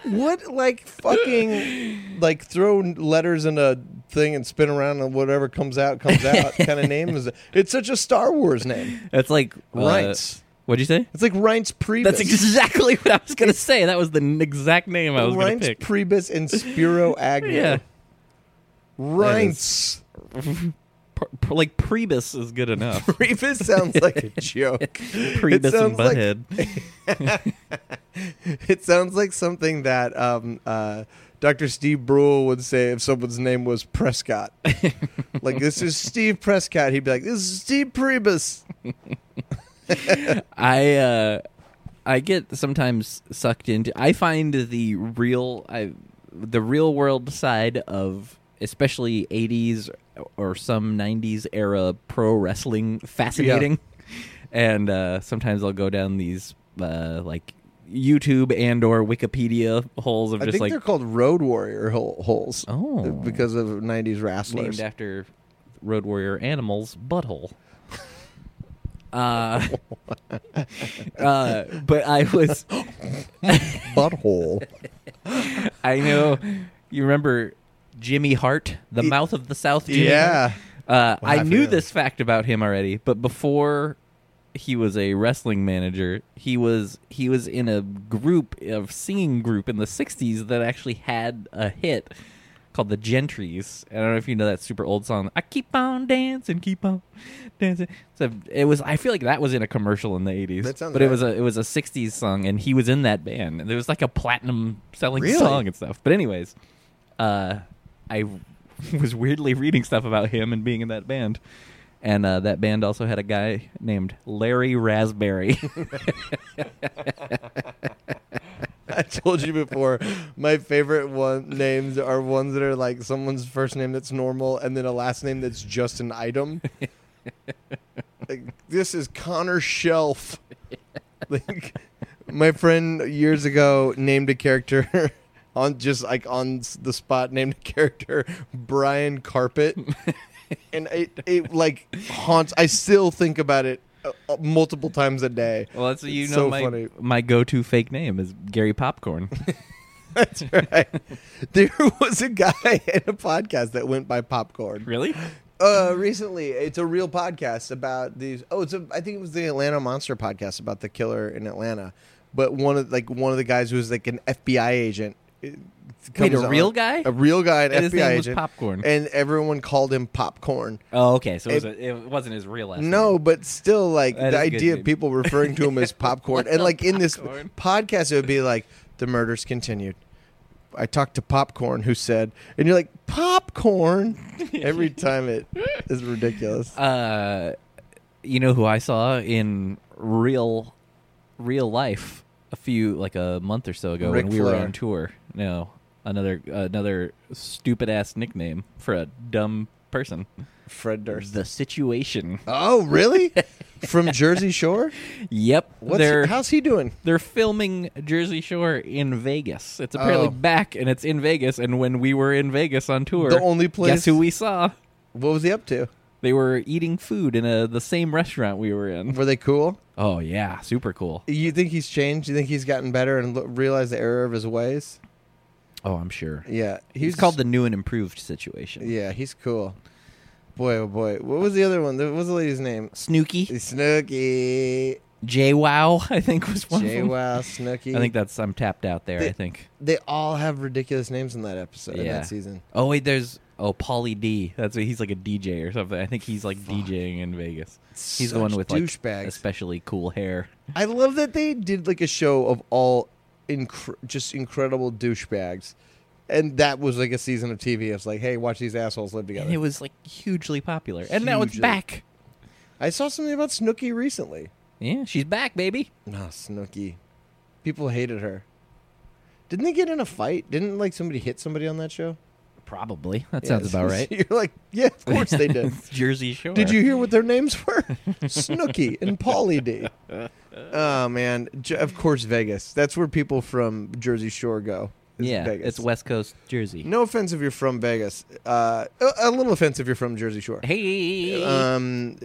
[SPEAKER 2] What like fucking like throw letters in a thing and spin around and whatever comes out comes out kind of name is it? It's such a Star Wars name.
[SPEAKER 1] That's like uh,
[SPEAKER 2] Reince.
[SPEAKER 1] What'd you say?
[SPEAKER 2] It's like Reince Priebus.
[SPEAKER 1] That's exactly what I was gonna say. That was the n- exact name I was gonna
[SPEAKER 2] Reince
[SPEAKER 1] pick.
[SPEAKER 2] Priebus and Spiro Agnew.
[SPEAKER 1] yeah.
[SPEAKER 2] Reince.
[SPEAKER 1] Pr- pr- like Priebus is good enough.
[SPEAKER 2] Priebus sounds like a joke. It
[SPEAKER 1] Priebus and
[SPEAKER 2] sounds like-
[SPEAKER 1] Butthead.
[SPEAKER 2] It sounds like something that um, uh, Dr. Steve Brule would say if someone's name was Prescott. like, this is Steve Prescott. He'd be like, this is Steve Priebus.
[SPEAKER 1] I uh, I get sometimes sucked into. I find the real I the real world side of especially '80s or some '90s era pro wrestling fascinating, and uh, sometimes I'll go down these uh, like YouTube and or Wikipedia holes of
[SPEAKER 2] I
[SPEAKER 1] just
[SPEAKER 2] think
[SPEAKER 1] like
[SPEAKER 2] they're called Road Warrior hol- holes
[SPEAKER 1] oh
[SPEAKER 2] because of 90s wrestlers.
[SPEAKER 1] named after Road Warrior animals butthole. Uh, uh, but I was
[SPEAKER 2] Butthole.
[SPEAKER 1] I know. You remember Jimmy Hart, the mouth of the South? Jimmy
[SPEAKER 2] yeah.
[SPEAKER 1] Hart? Uh,
[SPEAKER 2] Wow, I
[SPEAKER 1] I knew
[SPEAKER 2] forgot.
[SPEAKER 1] this fact about him already, but before he was a wrestling manager, he was he was in a group of singing group in the '60s that actually had a hit called the Gentries. I don't know if you know that super old song. I keep on dancing, keep on dancing. So it was. I feel like that was in a commercial in the '80s,
[SPEAKER 2] That sounds
[SPEAKER 1] but it
[SPEAKER 2] right.
[SPEAKER 1] was a it was a '60s song, and he was in that band. And there was like a platinum selling
[SPEAKER 2] Really?
[SPEAKER 1] song and stuff. But anyways, uh, I was weirdly reading stuff about him and being in that band. And uh, that band also had a guy named Larry Raspberry.
[SPEAKER 2] I told you before, my favorite one names are ones that are like someone's first name that's normal and then a last name that's just an item. like, this is Connor Shelf. like my friend years ago named a character on just like on s- the spot named a character Brian Carpet. and it, it like haunts I still think about it uh, uh, multiple times a day.
[SPEAKER 1] well, that's you
[SPEAKER 2] It's
[SPEAKER 1] know
[SPEAKER 2] so
[SPEAKER 1] my
[SPEAKER 2] funny.
[SPEAKER 1] my go-to fake name is Gary Popcorn.
[SPEAKER 2] That's right. there was a guy in a podcast that went by popcorn.
[SPEAKER 1] really?
[SPEAKER 2] Uh, recently, it's a real podcast about these. Oh, it's a. I think it was the Atlanta Monster podcast about the killer in Atlanta. But one of like one of the guys who was like an FBI agent. it
[SPEAKER 1] Wait,
[SPEAKER 2] comes
[SPEAKER 1] a real guy?
[SPEAKER 2] A real guy, an
[SPEAKER 1] And
[SPEAKER 2] FBI
[SPEAKER 1] his name was
[SPEAKER 2] agent.
[SPEAKER 1] Popcorn.
[SPEAKER 2] and everyone called him Popcorn.
[SPEAKER 1] Oh, okay. So it, was a, it wasn't his real last name.
[SPEAKER 2] No, but still, like
[SPEAKER 1] That
[SPEAKER 2] the
[SPEAKER 1] is a good
[SPEAKER 2] idea
[SPEAKER 1] name.
[SPEAKER 2] of people referring to him as popcorn, and like in this
[SPEAKER 1] Popcorn.
[SPEAKER 2] podcast, it would be like the murders continued. I talked to popcorn, who said, and you're like popcorn every time. It is ridiculous.
[SPEAKER 1] Uh, you know who I saw in real real life a few like a month or so ago
[SPEAKER 2] Ric
[SPEAKER 1] when we were
[SPEAKER 2] Flair.
[SPEAKER 1] on tour. No, another another stupid ass nickname for a dumb person.
[SPEAKER 2] Fred Durst.
[SPEAKER 1] The situation.
[SPEAKER 2] Oh, really? From Jersey Shore?
[SPEAKER 1] Yep.
[SPEAKER 2] What's
[SPEAKER 1] they're
[SPEAKER 2] how's he doing?
[SPEAKER 1] they're filming Jersey Shore in Vegas. It's apparently
[SPEAKER 2] Oh.
[SPEAKER 1] back and it's in Vegas. And when we were in Vegas on tour,
[SPEAKER 2] The only place-
[SPEAKER 1] guess who we saw?
[SPEAKER 2] What was he up to?
[SPEAKER 1] They were eating food in a, the same restaurant we were in.
[SPEAKER 2] Were they cool?
[SPEAKER 1] Oh yeah, super cool.
[SPEAKER 2] You think he's changed? You think he's gotten better and lo- realized the error of his ways?
[SPEAKER 1] Oh, I'm sure.
[SPEAKER 2] Yeah,
[SPEAKER 1] He's called the new and improved situation.
[SPEAKER 2] Yeah, he's cool. Boy, oh boy. What was the other one? What was the lady's name?
[SPEAKER 1] Snooky,
[SPEAKER 2] Snooky.
[SPEAKER 1] J Wow, I think was one.
[SPEAKER 2] J
[SPEAKER 1] of them.
[SPEAKER 2] Wow, Snooky.
[SPEAKER 1] I think that's I'm tapped out there. I think.
[SPEAKER 2] they all have ridiculous names in that episode, in
[SPEAKER 1] Yeah.
[SPEAKER 2] that season.
[SPEAKER 1] Oh wait, there's oh Pauly D. That's what, he's like a DJ or something. I think he's like DJing in Vegas. He's the one
[SPEAKER 2] Such
[SPEAKER 1] with like
[SPEAKER 2] douchebags.
[SPEAKER 1] especially cool hair.
[SPEAKER 2] I love that they did like a show of all incre- just incredible douchebags. And that was like a season of TV. It's like, hey, watch these assholes live
[SPEAKER 1] And it
[SPEAKER 2] together.
[SPEAKER 1] was like hugely popular. And now it's
[SPEAKER 2] Hugely.
[SPEAKER 1] back.
[SPEAKER 2] I saw something about Snooky recently.
[SPEAKER 1] Yeah, she's back, baby.
[SPEAKER 2] Ah, Snooky. People hated her. Didn't they get in a fight? Didn't like somebody hit somebody on that show?
[SPEAKER 1] Probably. That
[SPEAKER 2] Yeah,
[SPEAKER 1] sounds about right.
[SPEAKER 2] You're like, yeah, of course they did.
[SPEAKER 1] Jersey Shore.
[SPEAKER 2] Did you hear what their names were? Snooky and Polly D. Oh man, J- of course Vegas. That's where people from Jersey Shore go. is
[SPEAKER 1] Yeah,
[SPEAKER 2] Vegas.
[SPEAKER 1] it's West Coast Jersey.
[SPEAKER 2] No offense if you're from Vegas. Uh, a, a little offense if you're from Jersey Shore.
[SPEAKER 1] Hey.
[SPEAKER 2] Um,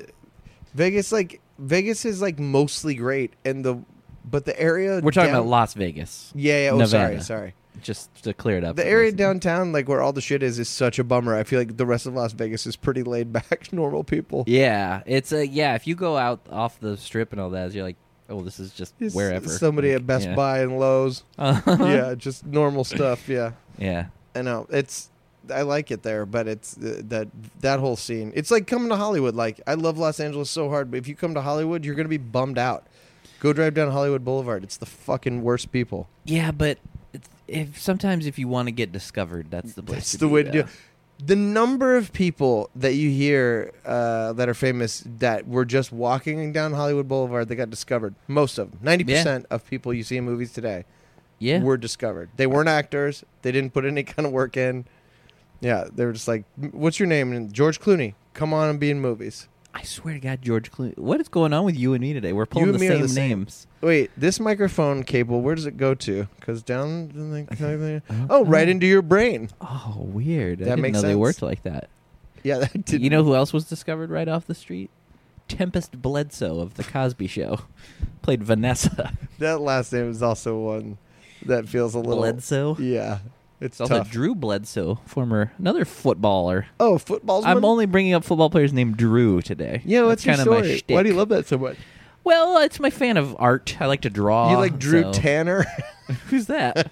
[SPEAKER 2] Vegas, like Vegas, is like mostly great, and the but the area
[SPEAKER 1] We're talking
[SPEAKER 2] down-
[SPEAKER 1] about Las Vegas.
[SPEAKER 2] Yeah, yeah. Oh, sorry,
[SPEAKER 1] Nevada.
[SPEAKER 2] sorry.
[SPEAKER 1] Just to clear it up.
[SPEAKER 2] The area downtown, like where all the shit is, is such a bummer. I feel like the rest of Las Vegas is pretty laid back, normal people.
[SPEAKER 1] Yeah, it's a yeah. If you go out off the strip and all that, you're like, oh, this is just
[SPEAKER 2] It's
[SPEAKER 1] wherever.
[SPEAKER 2] Somebody
[SPEAKER 1] Like,
[SPEAKER 2] at Best
[SPEAKER 1] yeah. Uh-huh.
[SPEAKER 2] Buy and Lowe's. yeah, just normal stuff. Yeah,
[SPEAKER 1] Yeah.
[SPEAKER 2] I know it's. I like it there, but it's uh, that that whole scene. It's like coming to Hollywood. Like I love Los Angeles so hard, but if you come to Hollywood, you're gonna be bummed out. Go drive down Hollywood Boulevard. It's the fucking worst people.
[SPEAKER 1] Yeah, but it's, if sometimes if you want to get discovered, that's the place.
[SPEAKER 2] That's
[SPEAKER 1] to
[SPEAKER 2] the
[SPEAKER 1] be,
[SPEAKER 2] way to do.
[SPEAKER 1] yeah.
[SPEAKER 2] it. The number of people that you hear uh, that are famous that were just walking down Hollywood Boulevard that got discovered. Most of them, ninety percent of people you see in movies today
[SPEAKER 1] Yeah.
[SPEAKER 2] were discovered. They weren't actors. They didn't put any kind of work in. Yeah, they were just like, "What's your name?" And George Clooney, come on and be in movies.
[SPEAKER 1] I swear to God, George Clooney. What is going on with you and me today? We're pulling
[SPEAKER 2] and
[SPEAKER 1] the
[SPEAKER 2] me are
[SPEAKER 1] same
[SPEAKER 2] the same.
[SPEAKER 1] names.
[SPEAKER 2] Wait, this microphone cable, where does it go to? Because down,
[SPEAKER 1] Uh-huh.
[SPEAKER 2] oh, right into your brain.
[SPEAKER 1] Oh, weird. I
[SPEAKER 2] That
[SPEAKER 1] didn't
[SPEAKER 2] makes
[SPEAKER 1] know they
[SPEAKER 2] sense.
[SPEAKER 1] worked like that.
[SPEAKER 2] Yeah, that did.
[SPEAKER 1] you know who else was discovered right off the street? Tempest Bledsoe of the Cosby Show played Vanessa.
[SPEAKER 2] that last name is also one that feels a little.
[SPEAKER 1] Bledsoe.
[SPEAKER 2] Yeah, it's
[SPEAKER 1] It's also
[SPEAKER 2] tough.
[SPEAKER 1] Drew Bledsoe, former another footballer.
[SPEAKER 2] oh, football's.
[SPEAKER 1] I'm
[SPEAKER 2] one?
[SPEAKER 1] only bringing up football players named Drew today.
[SPEAKER 2] Yeah, what's
[SPEAKER 1] That's
[SPEAKER 2] your
[SPEAKER 1] kind of my
[SPEAKER 2] story?
[SPEAKER 1] shtick.
[SPEAKER 2] Why do you love that so much?
[SPEAKER 1] Well, it's my fan of art. I like to draw.
[SPEAKER 2] you like Drew
[SPEAKER 1] Oh, so-
[SPEAKER 2] Tanner?
[SPEAKER 1] Who's that?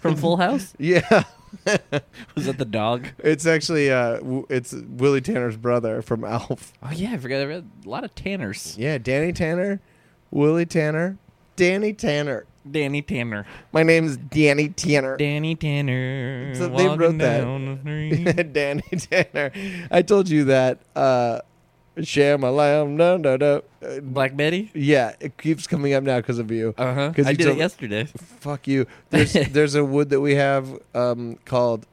[SPEAKER 1] From Full House?
[SPEAKER 2] yeah.
[SPEAKER 1] Was that the dog?
[SPEAKER 2] It's actually uh, w- it's Willie Tanner's brother from Alf.
[SPEAKER 1] Oh yeah, I forgot. I read a lot of Tanners.
[SPEAKER 2] Yeah, Danny Tanner, Willie Tanner, Danny Tanner.
[SPEAKER 1] Danny Tanner.
[SPEAKER 2] My name's Danny Tanner.
[SPEAKER 1] Danny Tanner.
[SPEAKER 2] So they
[SPEAKER 1] walking
[SPEAKER 2] wrote that.
[SPEAKER 1] down the street.
[SPEAKER 2] Danny Tanner. I told you that. Uh, Shamalam, no, no, no. Uh,
[SPEAKER 1] Black Betty.
[SPEAKER 2] yeah, it keeps coming up now because of you.
[SPEAKER 1] Uh huh.
[SPEAKER 2] 'Cause
[SPEAKER 1] I
[SPEAKER 2] you
[SPEAKER 1] did
[SPEAKER 2] told-
[SPEAKER 1] it yesterday.
[SPEAKER 2] Fuck you. There's there's a wood that we have um, called.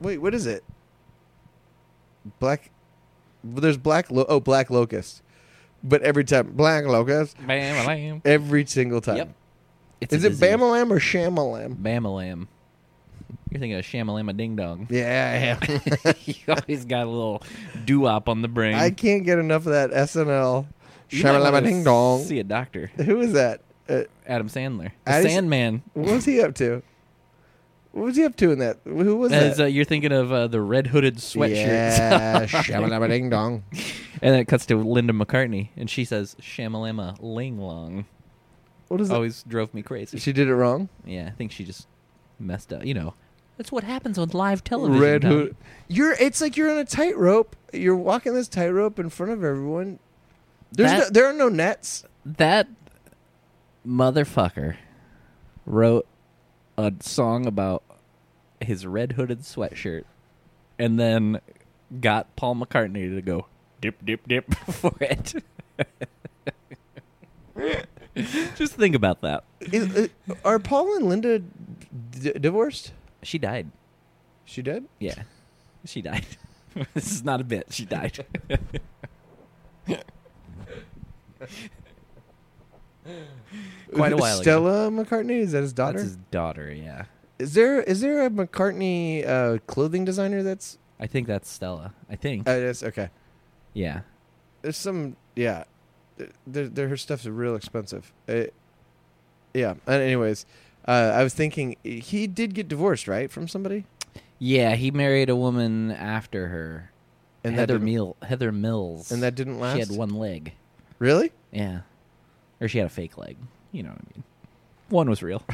[SPEAKER 2] Wait, what is it? Black. There's black. Lo- oh, black locust. But every time, black locust.
[SPEAKER 1] Bam, lamb.
[SPEAKER 2] Every single time.
[SPEAKER 1] Yep. It's
[SPEAKER 2] Is
[SPEAKER 1] a
[SPEAKER 2] it
[SPEAKER 1] disease.
[SPEAKER 2] Bamalam or Shamalam?
[SPEAKER 1] Bamalam. You're thinking of Shamalama Ding Dong.
[SPEAKER 2] Yeah, I am.
[SPEAKER 1] you always got a little doo wop on the brain.
[SPEAKER 2] I can't get enough of that SNL.
[SPEAKER 1] You might wanna
[SPEAKER 2] Shamalama ding dong.
[SPEAKER 1] See a doctor,
[SPEAKER 2] Who is that? Uh,
[SPEAKER 1] Adam Sandler, the
[SPEAKER 2] Adam-
[SPEAKER 1] Sandman.
[SPEAKER 2] what was he up to? What was he up to in that? Who was
[SPEAKER 1] As, uh,
[SPEAKER 2] that?
[SPEAKER 1] you're thinking of uh, the red hooded sweatshirt,
[SPEAKER 2] Yeah, Shamalama ding dong.
[SPEAKER 1] and then it cuts to Linda McCartney, and she says "Shamalama Ling Long."
[SPEAKER 2] What is it?
[SPEAKER 1] Always drove me crazy.
[SPEAKER 2] She did it wrong.
[SPEAKER 1] yeah, I think she just messed up. You know, that's what happens on live television.
[SPEAKER 2] Red
[SPEAKER 1] Tom.
[SPEAKER 2] Hood. You're. It's like you're on a tightrope. You're walking this tightrope in front of everyone. There's
[SPEAKER 1] That-
[SPEAKER 2] no, there are no nets.
[SPEAKER 1] That motherfucker wrote a song about his red hooded sweatshirt and then got Paul McCartney to go dip, dip, dip for it. think about that.
[SPEAKER 2] Is- uh, are Paul and Linda d- divorced?
[SPEAKER 1] She died.
[SPEAKER 2] She dead?
[SPEAKER 1] Yeah, she died. this is not a bit. She died. Quite a while ago.
[SPEAKER 2] Stella McCartney is that his daughter?
[SPEAKER 1] That's his daughter. Yeah,
[SPEAKER 2] Is there is there a McCartney uh, clothing designer that's
[SPEAKER 1] I think that's Stella. I think.
[SPEAKER 2] uh, that's okay?
[SPEAKER 1] yeah.
[SPEAKER 2] There's some yeah, there, there, her stuff's real expensive. It, yeah. Uh, Anyways, uh, I was thinking he did get divorced right from somebody,
[SPEAKER 1] Yeah, he married a woman after her.
[SPEAKER 2] and
[SPEAKER 1] Heather
[SPEAKER 2] that didn't-
[SPEAKER 1] Mill, Heather Mills.
[SPEAKER 2] and that didn't last.
[SPEAKER 1] she had one leg.
[SPEAKER 2] Really?
[SPEAKER 1] Yeah, or she had a fake leg. You know what I mean. One was real.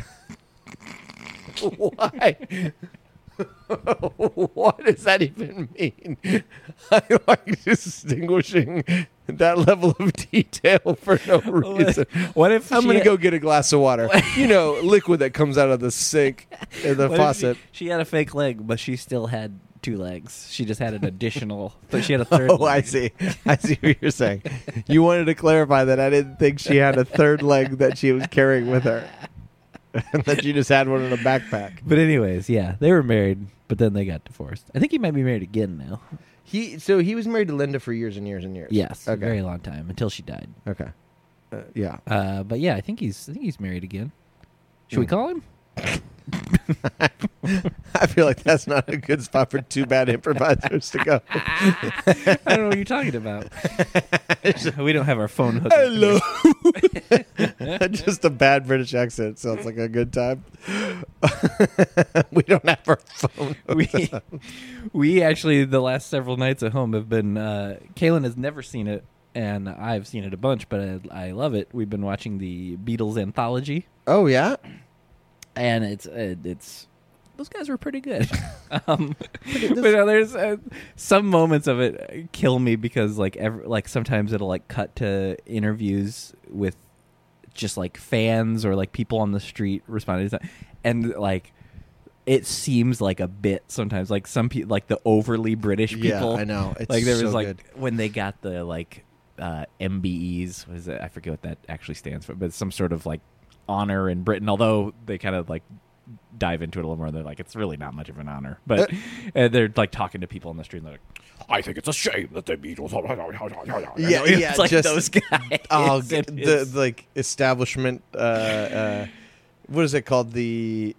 [SPEAKER 2] Why? what does that even mean? How am I distinguishing that level of detail for no reason?
[SPEAKER 1] What if
[SPEAKER 2] I'm
[SPEAKER 1] she
[SPEAKER 2] gonna
[SPEAKER 1] had-
[SPEAKER 2] go get a glass of water. you know, liquid that comes out of the sink or the
[SPEAKER 1] what if
[SPEAKER 2] faucet.
[SPEAKER 1] She, she had a fake leg, but she still had two legs. She just had an additional, but she had a third.
[SPEAKER 2] Oh, I
[SPEAKER 1] leg.
[SPEAKER 2] see. I see what you're saying. You wanted to clarify that I didn't think she had a third leg that she was carrying with her, that she just had one in a backpack.
[SPEAKER 1] But anyways, yeah, they were married, but then they got divorced. I think he might be married again now.
[SPEAKER 2] He so he was married to Linda for years and years and years.
[SPEAKER 1] Yes, a
[SPEAKER 2] Okay.
[SPEAKER 1] very long time until she died.
[SPEAKER 2] Okay. Uh, yeah.
[SPEAKER 1] Uh, but yeah, I think he's I think he's married again. Should we
[SPEAKER 2] Hmm.
[SPEAKER 1] call him?
[SPEAKER 2] I feel like that's not a good spot for two bad improvisers to go.
[SPEAKER 1] I don't know what you're talking about. we don't have our phone hooked. up to
[SPEAKER 2] Hello.
[SPEAKER 1] this.
[SPEAKER 2] Just a bad British accent sounds like a good time. we don't have our phone.
[SPEAKER 1] We, we actually the last several nights at home have been. Uh, Kaylin has never seen it, and I've seen it a bunch, but I, I love it. We've been watching the Beatles anthology,
[SPEAKER 2] Oh yeah,
[SPEAKER 1] and it's uh, it's those guys were pretty good. um,
[SPEAKER 2] at
[SPEAKER 1] but
[SPEAKER 2] this-
[SPEAKER 1] no, there's uh, some moments of it kill me because like ev- like sometimes it'll like cut to interviews with just like fans or like people on the street responding to that, and like. It seems like a bit sometimes, like some people, like the overly British people.
[SPEAKER 2] Yeah, I know. It's
[SPEAKER 1] like there
[SPEAKER 2] so
[SPEAKER 1] was like
[SPEAKER 2] good.
[SPEAKER 1] when they got the like uh, MBEs, was it? I forget what that actually stands for, but it's some sort of like honor in Britain. Although they kind of like dive into it a little more, they're like it's really not much of an honor, but
[SPEAKER 2] Uh,
[SPEAKER 1] and they're like talking to people on the street. and They're like,
[SPEAKER 3] I think it's a shame that the Beatles.
[SPEAKER 2] yeah,
[SPEAKER 1] "Oh, it's
[SPEAKER 2] uh, yeah.
[SPEAKER 1] like
[SPEAKER 2] just
[SPEAKER 1] those guys.
[SPEAKER 2] oh,
[SPEAKER 1] It
[SPEAKER 2] g- the,
[SPEAKER 1] is-
[SPEAKER 2] like establishment. Uh, uh, what is it called? The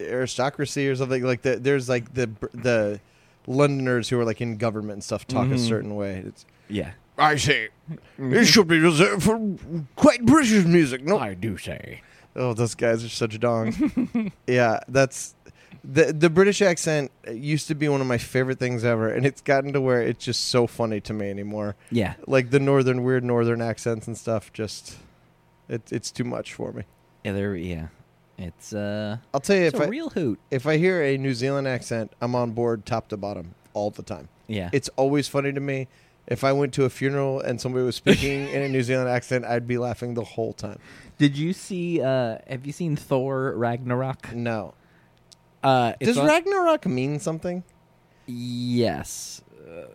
[SPEAKER 2] aristocracy or something like that. There's like the Br- the Londoners who are like in government and stuff talk
[SPEAKER 1] Mm-hmm.
[SPEAKER 2] a certain way. It's
[SPEAKER 1] yeah,
[SPEAKER 3] I see.
[SPEAKER 2] It should be reserved for quite British music. No,
[SPEAKER 3] I do say.
[SPEAKER 2] oh, those guys are such dong. yeah, that's the the British accent used to be one of my favorite things ever, and it's gotten to where it's just so funny to me anymore.
[SPEAKER 1] yeah.
[SPEAKER 2] Like the northern weird northern accents and stuff, just it, it's too much for me.
[SPEAKER 1] Yeah, they're, yeah. It's uh,
[SPEAKER 2] I'll tell you
[SPEAKER 1] it's
[SPEAKER 2] if
[SPEAKER 1] a
[SPEAKER 2] I
[SPEAKER 1] real hoot.
[SPEAKER 2] if I hear a New Zealand accent, I'm on board top to bottom all the time.
[SPEAKER 1] Yeah,
[SPEAKER 2] It's always funny to me. If I went to a funeral and somebody was speaking in a New Zealand accent, I'd be laughing the whole time.
[SPEAKER 1] Did you see? uh Have you seen Thor Ragnarok?
[SPEAKER 2] No,
[SPEAKER 1] Uh, it's
[SPEAKER 2] Does
[SPEAKER 1] on-
[SPEAKER 2] Ragnarok mean something?
[SPEAKER 1] Yes. Uh,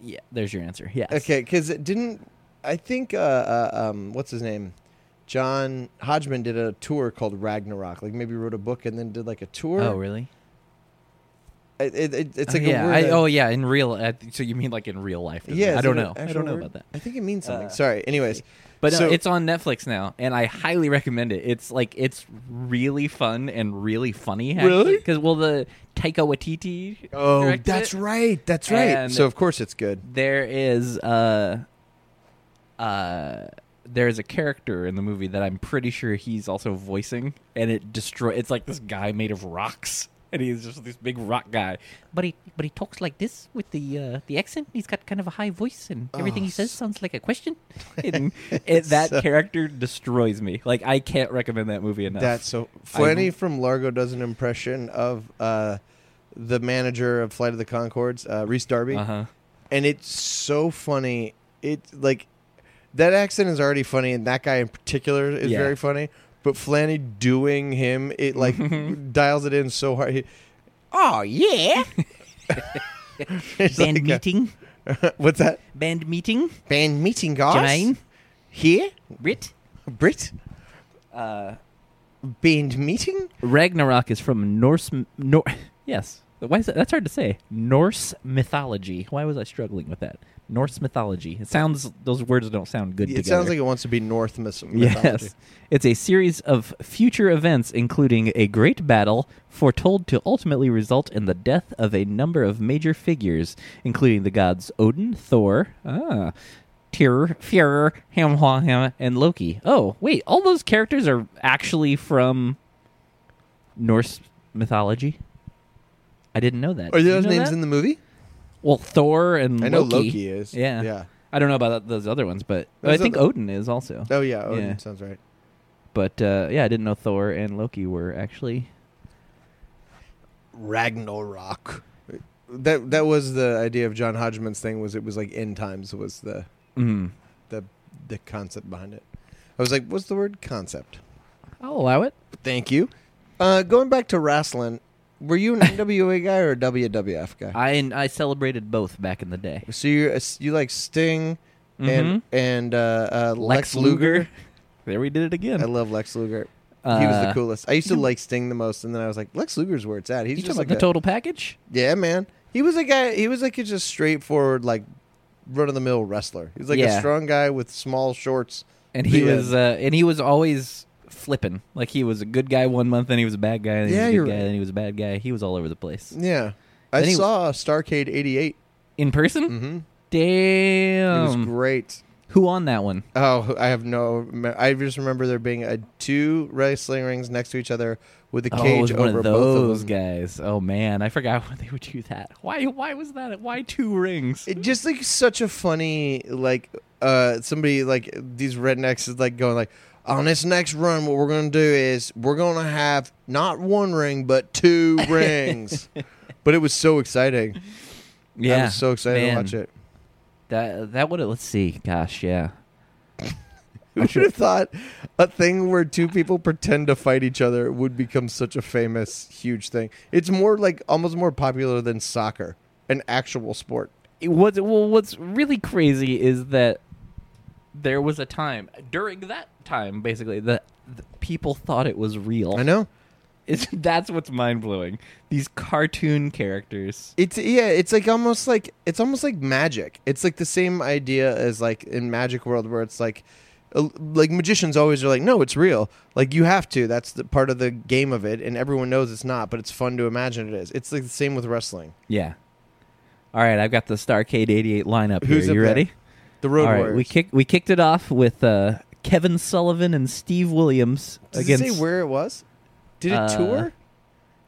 [SPEAKER 1] yeah, there's your answer. Yes.
[SPEAKER 2] Okay, because it didn't. I think uh, uh, um, what's his name, John Hodgman did a tour called Ragnarok. Like maybe wrote a book and then did like a tour.
[SPEAKER 1] Oh, really?
[SPEAKER 2] It, it, it- it's
[SPEAKER 1] Oh,
[SPEAKER 2] like
[SPEAKER 1] yeah.
[SPEAKER 2] a word.
[SPEAKER 1] I-
[SPEAKER 2] that-
[SPEAKER 1] oh, yeah. In real, uh, so you mean like in real life? doesn't it?
[SPEAKER 2] yeah.
[SPEAKER 1] I
[SPEAKER 2] it's
[SPEAKER 1] don't
[SPEAKER 2] like
[SPEAKER 1] know.
[SPEAKER 2] an
[SPEAKER 1] I
[SPEAKER 2] actual
[SPEAKER 1] don't know
[SPEAKER 2] word.
[SPEAKER 1] about that.
[SPEAKER 2] I think it means something.
[SPEAKER 1] Uh,
[SPEAKER 2] Sorry. Anyways,
[SPEAKER 1] But no,
[SPEAKER 2] So-
[SPEAKER 1] it's on Netflix now, and I highly recommend it. It's like it's really fun and really funny.
[SPEAKER 2] Really? Oh,
[SPEAKER 1] Because well, the Taika Waititi. directed it.
[SPEAKER 2] right. That's
[SPEAKER 1] And-
[SPEAKER 2] So of course it's good.
[SPEAKER 1] there is uh uh there is a character in the movie that I'm pretty sure he's also voicing and it destroy it's like this guy made of rocks and he's just this big rock guy but he but he talks like this with the uh, the accent he's got kind of a high voice and everything he says sounds like a question and it, that
[SPEAKER 2] So-
[SPEAKER 1] character destroys me like I can't recommend that movie enough
[SPEAKER 2] That's so. Flanny from Largo does an impression of uh, the manager of Flight of the Concords, uh, Reese Darby.
[SPEAKER 1] uh-huh
[SPEAKER 2] and it's so funny. It like that accent is already funny, and that guy in particular is
[SPEAKER 1] Yeah.
[SPEAKER 2] very funny. But Flanny doing him, it like dials it in so hard. He,
[SPEAKER 1] oh yeah
[SPEAKER 2] it's
[SPEAKER 1] band
[SPEAKER 2] like uh, a-
[SPEAKER 1] meeting
[SPEAKER 2] what's that?
[SPEAKER 1] band meeting
[SPEAKER 2] Band meeting, guys.
[SPEAKER 1] Jermaine
[SPEAKER 2] Here,
[SPEAKER 1] Brit
[SPEAKER 2] Brit.
[SPEAKER 1] Uh,
[SPEAKER 2] Band meeting?
[SPEAKER 1] Ragnarok is from Norse. m- Nor- yes. Why is that? That's hard to say. Norse mythology. Why was I struggling with that? Norse mythology. It sounds. Those words don't sound good.
[SPEAKER 2] It
[SPEAKER 1] together.
[SPEAKER 2] sounds like it wants to be North myth- mythology.
[SPEAKER 1] Yes. It's a series of future events, including a great battle foretold to ultimately result in the death of a number of major figures, including the gods Odin, Thor, ah, Tyr, Fjörr, Hamhwaham, and Loki. Oh, wait, all those characters are actually from Norse mythology? I didn't know that.
[SPEAKER 2] Are
[SPEAKER 1] Did Oh, you
[SPEAKER 2] those
[SPEAKER 1] know
[SPEAKER 2] Oh, names
[SPEAKER 1] that?
[SPEAKER 2] in the movie?
[SPEAKER 1] Well, Thor and
[SPEAKER 2] I know
[SPEAKER 1] Loki.
[SPEAKER 2] Loki is.
[SPEAKER 1] Yeah.
[SPEAKER 2] Yeah.
[SPEAKER 1] I don't know about those other ones, but but I
[SPEAKER 2] Those
[SPEAKER 1] think
[SPEAKER 2] other-
[SPEAKER 1] Odin is also.
[SPEAKER 2] Oh yeah, Odin
[SPEAKER 1] Yeah.
[SPEAKER 2] sounds right.
[SPEAKER 1] But uh, yeah, I didn't know Thor and Loki were actually.
[SPEAKER 2] Ragnarok. That that was the idea of John Hodgman's thing was it was like end times was the
[SPEAKER 1] Mm.
[SPEAKER 2] the the concept behind it. I was like, what's the word concept?
[SPEAKER 1] I'll allow it.
[SPEAKER 2] Thank you. Uh, going back to wrestling, were you an NWA guy or a WWF guy?
[SPEAKER 1] I I celebrated both back in the day.
[SPEAKER 2] so you uh, you like Sting
[SPEAKER 1] Mhm.
[SPEAKER 2] and and uh, uh, Lex, Luger.
[SPEAKER 1] There we did it again.
[SPEAKER 2] I love Lex Luger. he was the
[SPEAKER 1] Uh,
[SPEAKER 2] coolest. I used to like Sting the most, and then I was like, Lex Luger's where it's at. He's
[SPEAKER 1] you
[SPEAKER 2] just
[SPEAKER 1] talking
[SPEAKER 2] like
[SPEAKER 1] about the
[SPEAKER 2] a-
[SPEAKER 1] total package?
[SPEAKER 2] Yeah, man. He was a guy. He was like a just straightforward, like run of the mill wrestler. He was like
[SPEAKER 1] Yeah.
[SPEAKER 2] a strong guy with small shorts.
[SPEAKER 1] And he
[SPEAKER 2] The, uh,
[SPEAKER 1] was uh, and he was always flipping. Like he was a good guy one month, then he was a bad guy, then he was
[SPEAKER 2] Yeah,
[SPEAKER 1] a
[SPEAKER 2] you're
[SPEAKER 1] good guy,
[SPEAKER 2] right. Mm.
[SPEAKER 1] then he was a bad guy. He was all over the place.
[SPEAKER 2] Yeah, I
[SPEAKER 1] Then he-
[SPEAKER 2] saw Starcade '88.
[SPEAKER 1] In person?
[SPEAKER 2] Mm-hmm. It was
[SPEAKER 1] Damn.
[SPEAKER 2] great.
[SPEAKER 1] Who on that one?
[SPEAKER 2] Oh, I have no. me- I just remember there being a two wrestling rings next to each other with a
[SPEAKER 1] Oh, it
[SPEAKER 2] cage
[SPEAKER 1] was one
[SPEAKER 2] over
[SPEAKER 1] of
[SPEAKER 2] both
[SPEAKER 1] those
[SPEAKER 2] of them.
[SPEAKER 1] guys. Oh man, I forgot when they would do that. Why? Why was that? Why two rings?
[SPEAKER 2] It just like such a funny like uh somebody like these rednecks is like going like on this next run what we're gonna do is we're gonna have not one ring but two rings. But it was so exciting. I
[SPEAKER 1] yeah,
[SPEAKER 2] was so excited
[SPEAKER 1] man.
[SPEAKER 2] to watch it.
[SPEAKER 1] That that would have. Let's see. Gosh, yeah.
[SPEAKER 2] Who should have thought a thing where two people pretend to fight each other would become such a famous, huge thing? It's more like almost more popular than soccer, an actual sport.
[SPEAKER 1] It was well. What's really crazy is that there was a time during that time, basically, that th- people thought it was real.
[SPEAKER 2] I know.
[SPEAKER 1] It's, that's what's mind blowing. These cartoon characters.
[SPEAKER 2] It's yeah, it's like almost like it's almost like magic. It's like the same idea as like in Magic World where it's like uh, like magicians always are like no it's real like you have to that's the part of the game of it and everyone knows it's not but it's fun to imagine it is it's like the same with wrestling
[SPEAKER 1] Yeah. All right, I've got the Starcade '88 lineup here.
[SPEAKER 2] Who's up
[SPEAKER 1] you
[SPEAKER 2] there?
[SPEAKER 1] ready?
[SPEAKER 2] the road
[SPEAKER 1] All right,
[SPEAKER 2] warriors
[SPEAKER 1] we kick we kicked it off with uh, Kevin Sullivan and Steve Williams
[SPEAKER 2] Does
[SPEAKER 1] against.
[SPEAKER 2] it say where it was did it
[SPEAKER 1] Uh,
[SPEAKER 2] tour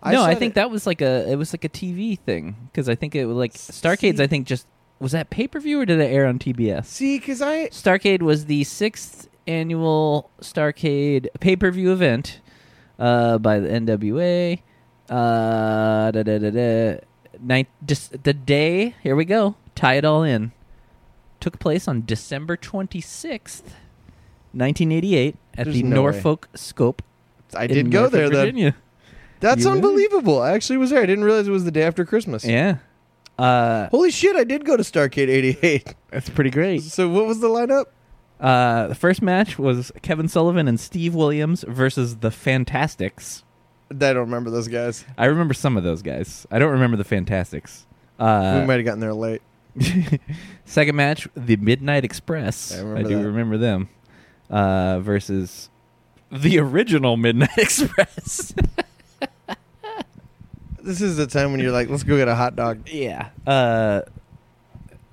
[SPEAKER 1] no, I
[SPEAKER 2] saw
[SPEAKER 1] think
[SPEAKER 2] it-
[SPEAKER 1] that was like a it was like a TV thing because I think it was like Starcade's. I think just was that pay per view or did it air on TBS?
[SPEAKER 2] see because i
[SPEAKER 1] Starcade was the sixth annual Starcade pay per view event uh, by the NWA. Uh, da, da, da, da. Ninth, just the day. Here we go. Tie it all in. Took place on December twenty sixth, nineteen eighty eight, at
[SPEAKER 2] There's
[SPEAKER 1] the
[SPEAKER 2] no way.
[SPEAKER 1] Norfolk Scope.
[SPEAKER 2] i
[SPEAKER 1] in
[SPEAKER 2] did go
[SPEAKER 1] Norfolk,
[SPEAKER 2] there then
[SPEAKER 1] Virginia.
[SPEAKER 2] that's
[SPEAKER 1] You really?
[SPEAKER 2] unbelievable i actually was there i didn't realize it was the day after christmas
[SPEAKER 1] Yeah. Uh,
[SPEAKER 2] holy shit i did go to starcade 88
[SPEAKER 1] That's pretty great.
[SPEAKER 2] so what was the lineup
[SPEAKER 1] Uh, the first match was Kevin Sullivan and Steve Williams versus the Fantastics.
[SPEAKER 2] I don't remember those guys.
[SPEAKER 1] I remember some of those guys. I don't remember the Fantastics.
[SPEAKER 2] we
[SPEAKER 1] Uh,
[SPEAKER 2] might have gotten there late.
[SPEAKER 1] second match, the Midnight Express.
[SPEAKER 2] I
[SPEAKER 1] I,
[SPEAKER 2] remember
[SPEAKER 1] do
[SPEAKER 2] that.
[SPEAKER 1] remember them uh, versus the original Midnight Express.
[SPEAKER 2] This is the time when you're like, let's go get a hot dog.
[SPEAKER 1] yeah. Uh,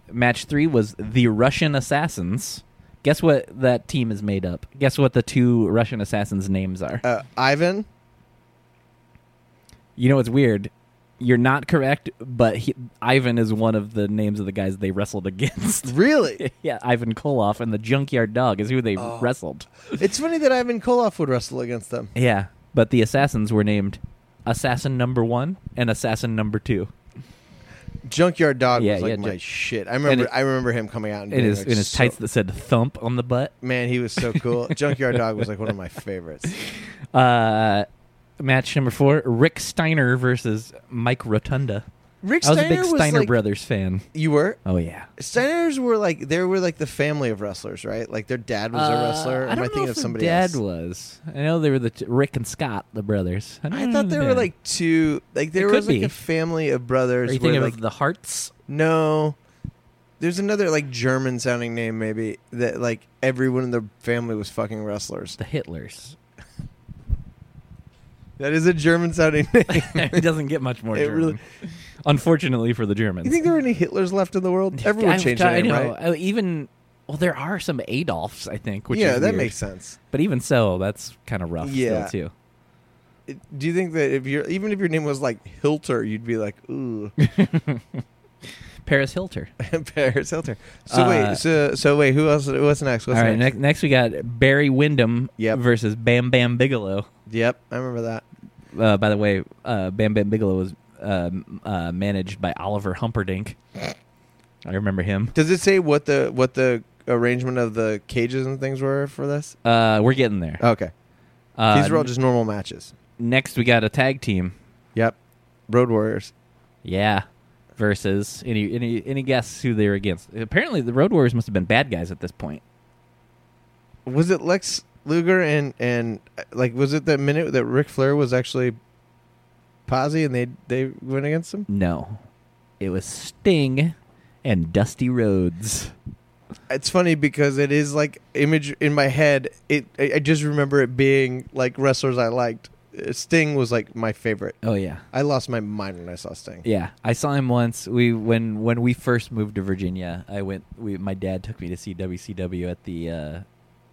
[SPEAKER 1] match three was the Russian Assassins. Guess what that team is made up? Guess what the two Russian Assassins' names are?
[SPEAKER 2] Uh, Ivan,
[SPEAKER 1] You know what's weird? You're not correct, but he, Ivan is one of the names of the guys they wrestled against.
[SPEAKER 2] really?
[SPEAKER 1] yeah, Ivan Koloff and the Junkyard Dog is who they
[SPEAKER 2] Oh.
[SPEAKER 1] wrestled.
[SPEAKER 2] it's funny that Ivan Koloff would wrestle against them.
[SPEAKER 1] Yeah, but the assassins were named Assassin Number One and Assassin Number Two.
[SPEAKER 2] Junkyard Dog
[SPEAKER 1] Yeah,
[SPEAKER 2] was like
[SPEAKER 1] yeah,
[SPEAKER 2] my
[SPEAKER 1] Junk-
[SPEAKER 2] shit. I remember.
[SPEAKER 1] it-
[SPEAKER 2] I remember him coming out and
[SPEAKER 1] In
[SPEAKER 2] being
[SPEAKER 1] his
[SPEAKER 2] like,
[SPEAKER 1] in his
[SPEAKER 2] so-
[SPEAKER 1] tights that said "Thump" on the butt.
[SPEAKER 2] Man, he was so cool. Junkyard Dog was like one of my favorites.
[SPEAKER 1] Uh, match number four: Rick Steiner versus Mike Rotunda.
[SPEAKER 2] Rick
[SPEAKER 1] I was
[SPEAKER 2] Steiner
[SPEAKER 1] a big Steiner
[SPEAKER 2] like,
[SPEAKER 1] Brothers fan.
[SPEAKER 2] You were
[SPEAKER 1] Oh yeah.
[SPEAKER 2] Steiners were like they were like the family of wrestlers, right? Like their dad was a wrestler.
[SPEAKER 1] Uh,
[SPEAKER 2] Or
[SPEAKER 1] I
[SPEAKER 2] am
[SPEAKER 1] don't
[SPEAKER 2] I
[SPEAKER 1] know
[SPEAKER 2] thinking
[SPEAKER 1] if
[SPEAKER 2] of
[SPEAKER 1] her
[SPEAKER 2] somebody
[SPEAKER 1] dad
[SPEAKER 2] else?
[SPEAKER 1] was. I know they were the t- Rick and Scott, the brothers. don't
[SPEAKER 2] I
[SPEAKER 1] know
[SPEAKER 2] thought
[SPEAKER 1] the
[SPEAKER 2] there were
[SPEAKER 1] dad.
[SPEAKER 2] like two, like there
[SPEAKER 1] Mm-hmm. It
[SPEAKER 2] was
[SPEAKER 1] could
[SPEAKER 2] like
[SPEAKER 1] be.
[SPEAKER 2] a family of brothers.
[SPEAKER 1] Are you
[SPEAKER 2] where,
[SPEAKER 1] thinking
[SPEAKER 2] like,
[SPEAKER 1] of the Hearts?
[SPEAKER 2] No, there's another like German sounding name maybe that like everyone in the family was fucking wrestlers.
[SPEAKER 1] The Hitlers.
[SPEAKER 2] That is a German sounding name.
[SPEAKER 1] it doesn't get much more
[SPEAKER 2] It
[SPEAKER 1] German.
[SPEAKER 2] really-
[SPEAKER 1] Unfortunately for the Germans.
[SPEAKER 2] you think there were any Hitlers left in the world? Everyone
[SPEAKER 1] I've
[SPEAKER 2] changed
[SPEAKER 1] t-
[SPEAKER 2] their name,
[SPEAKER 1] I know.
[SPEAKER 2] right?
[SPEAKER 1] Uh, Even well, there are some Adolfs, I think. Which
[SPEAKER 2] yeah,
[SPEAKER 1] is
[SPEAKER 2] that
[SPEAKER 1] weird.
[SPEAKER 2] makes sense.
[SPEAKER 1] But even so, that's kind of rough.
[SPEAKER 2] Yeah.
[SPEAKER 1] Still too.
[SPEAKER 2] It- Do you think that if you're even if your name was like Hilter, you'd be like ooh,
[SPEAKER 1] Paris Hilter.
[SPEAKER 2] Paris Hilter? So
[SPEAKER 1] Uh,
[SPEAKER 2] wait, so so wait, who else? What's next? What's
[SPEAKER 1] All right.
[SPEAKER 2] next?
[SPEAKER 1] Next? next, we got Barry Windham
[SPEAKER 2] Yep.
[SPEAKER 1] versus Bam Bam Bigelow.
[SPEAKER 2] Yep, I remember that.
[SPEAKER 1] Uh, by the way, uh, Bam Bam Bigelow was um, uh, managed by Oliver Humperdinck. I remember him.
[SPEAKER 2] Does it say what the what the arrangement of the cages and things were for this?
[SPEAKER 1] Uh, we're getting there.
[SPEAKER 2] Okay,
[SPEAKER 1] Uh,
[SPEAKER 2] these were all just normal matches.
[SPEAKER 1] next, we got a tag team.
[SPEAKER 2] Yep, Road Warriors.
[SPEAKER 1] Yeah. Versus any any any guess who they were against? Apparently, the Road Warriors must have been bad guys at this point.
[SPEAKER 2] Was it Lex Luger and and uh, like was it that minute that Ric Flair was actually Posse and they they went against him?
[SPEAKER 1] No, it was Sting and Dusty Rhodes.
[SPEAKER 2] It's funny because it is like image in my head. It I, I just remember it being like wrestlers I liked. Uh, Sting was like my favorite.
[SPEAKER 1] Oh yeah,
[SPEAKER 2] I lost my mind when I saw Sting.
[SPEAKER 1] yeah. I saw him once. We when when we first moved to Virginia, I went. We, my dad took me to see WCW at the uh,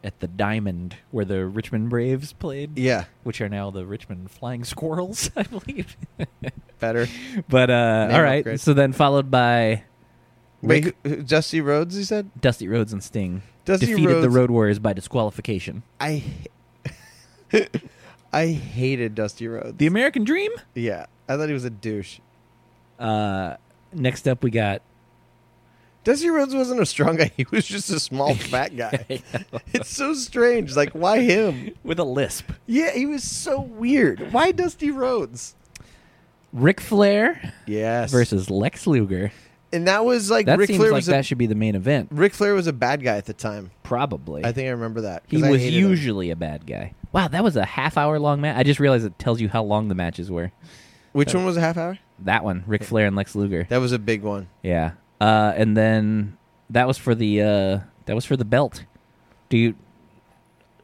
[SPEAKER 1] at the Diamond where the Richmond Braves played,
[SPEAKER 2] Yeah,
[SPEAKER 1] which are now the Richmond Flying Squirrels, I believe.
[SPEAKER 2] better.
[SPEAKER 1] but uh,
[SPEAKER 2] Name
[SPEAKER 1] all right,
[SPEAKER 2] upgrade.
[SPEAKER 1] so then followed by
[SPEAKER 2] Wait,
[SPEAKER 1] Rick-
[SPEAKER 2] who- who- Dusty Rhodes, you said?
[SPEAKER 1] Dusty Rhodes and Sting
[SPEAKER 2] Dusty
[SPEAKER 1] defeated the
[SPEAKER 2] Rhodes-
[SPEAKER 1] Road Warriors by disqualification.
[SPEAKER 2] I h- I hated Dusty Rhodes.
[SPEAKER 1] The American Dream.
[SPEAKER 2] yeah, I thought he was a douche.
[SPEAKER 1] Uh, next up, we got
[SPEAKER 2] Dusty Rhodes wasn't a strong guy. He was just a small fat guy. it's so strange. Like why him?
[SPEAKER 1] with a lisp.
[SPEAKER 2] Yeah, he was so weird. Why Dusty Rhodes?
[SPEAKER 1] Ric Flair
[SPEAKER 2] Yes.
[SPEAKER 1] versus Lex Luger.
[SPEAKER 2] and that was like
[SPEAKER 1] That
[SPEAKER 2] Ric
[SPEAKER 1] seems
[SPEAKER 2] Flair
[SPEAKER 1] like
[SPEAKER 2] was a,
[SPEAKER 1] that should be the main event,
[SPEAKER 2] Ric Flair was a bad guy at the time.
[SPEAKER 1] probably.
[SPEAKER 2] I think I remember that. 'cause
[SPEAKER 1] he
[SPEAKER 2] I
[SPEAKER 1] was
[SPEAKER 2] hated him.
[SPEAKER 1] usually a bad guy. Wow, that was a half hour long match. I just realized it tells you how long the matches were.
[SPEAKER 2] Which
[SPEAKER 1] Oh.
[SPEAKER 2] one was a half hour?
[SPEAKER 1] That one, Ric Flair and Lex Luger.
[SPEAKER 2] That was a big one.
[SPEAKER 1] Yeah. Uh, and then that was for the uh, that was for the belt. Do you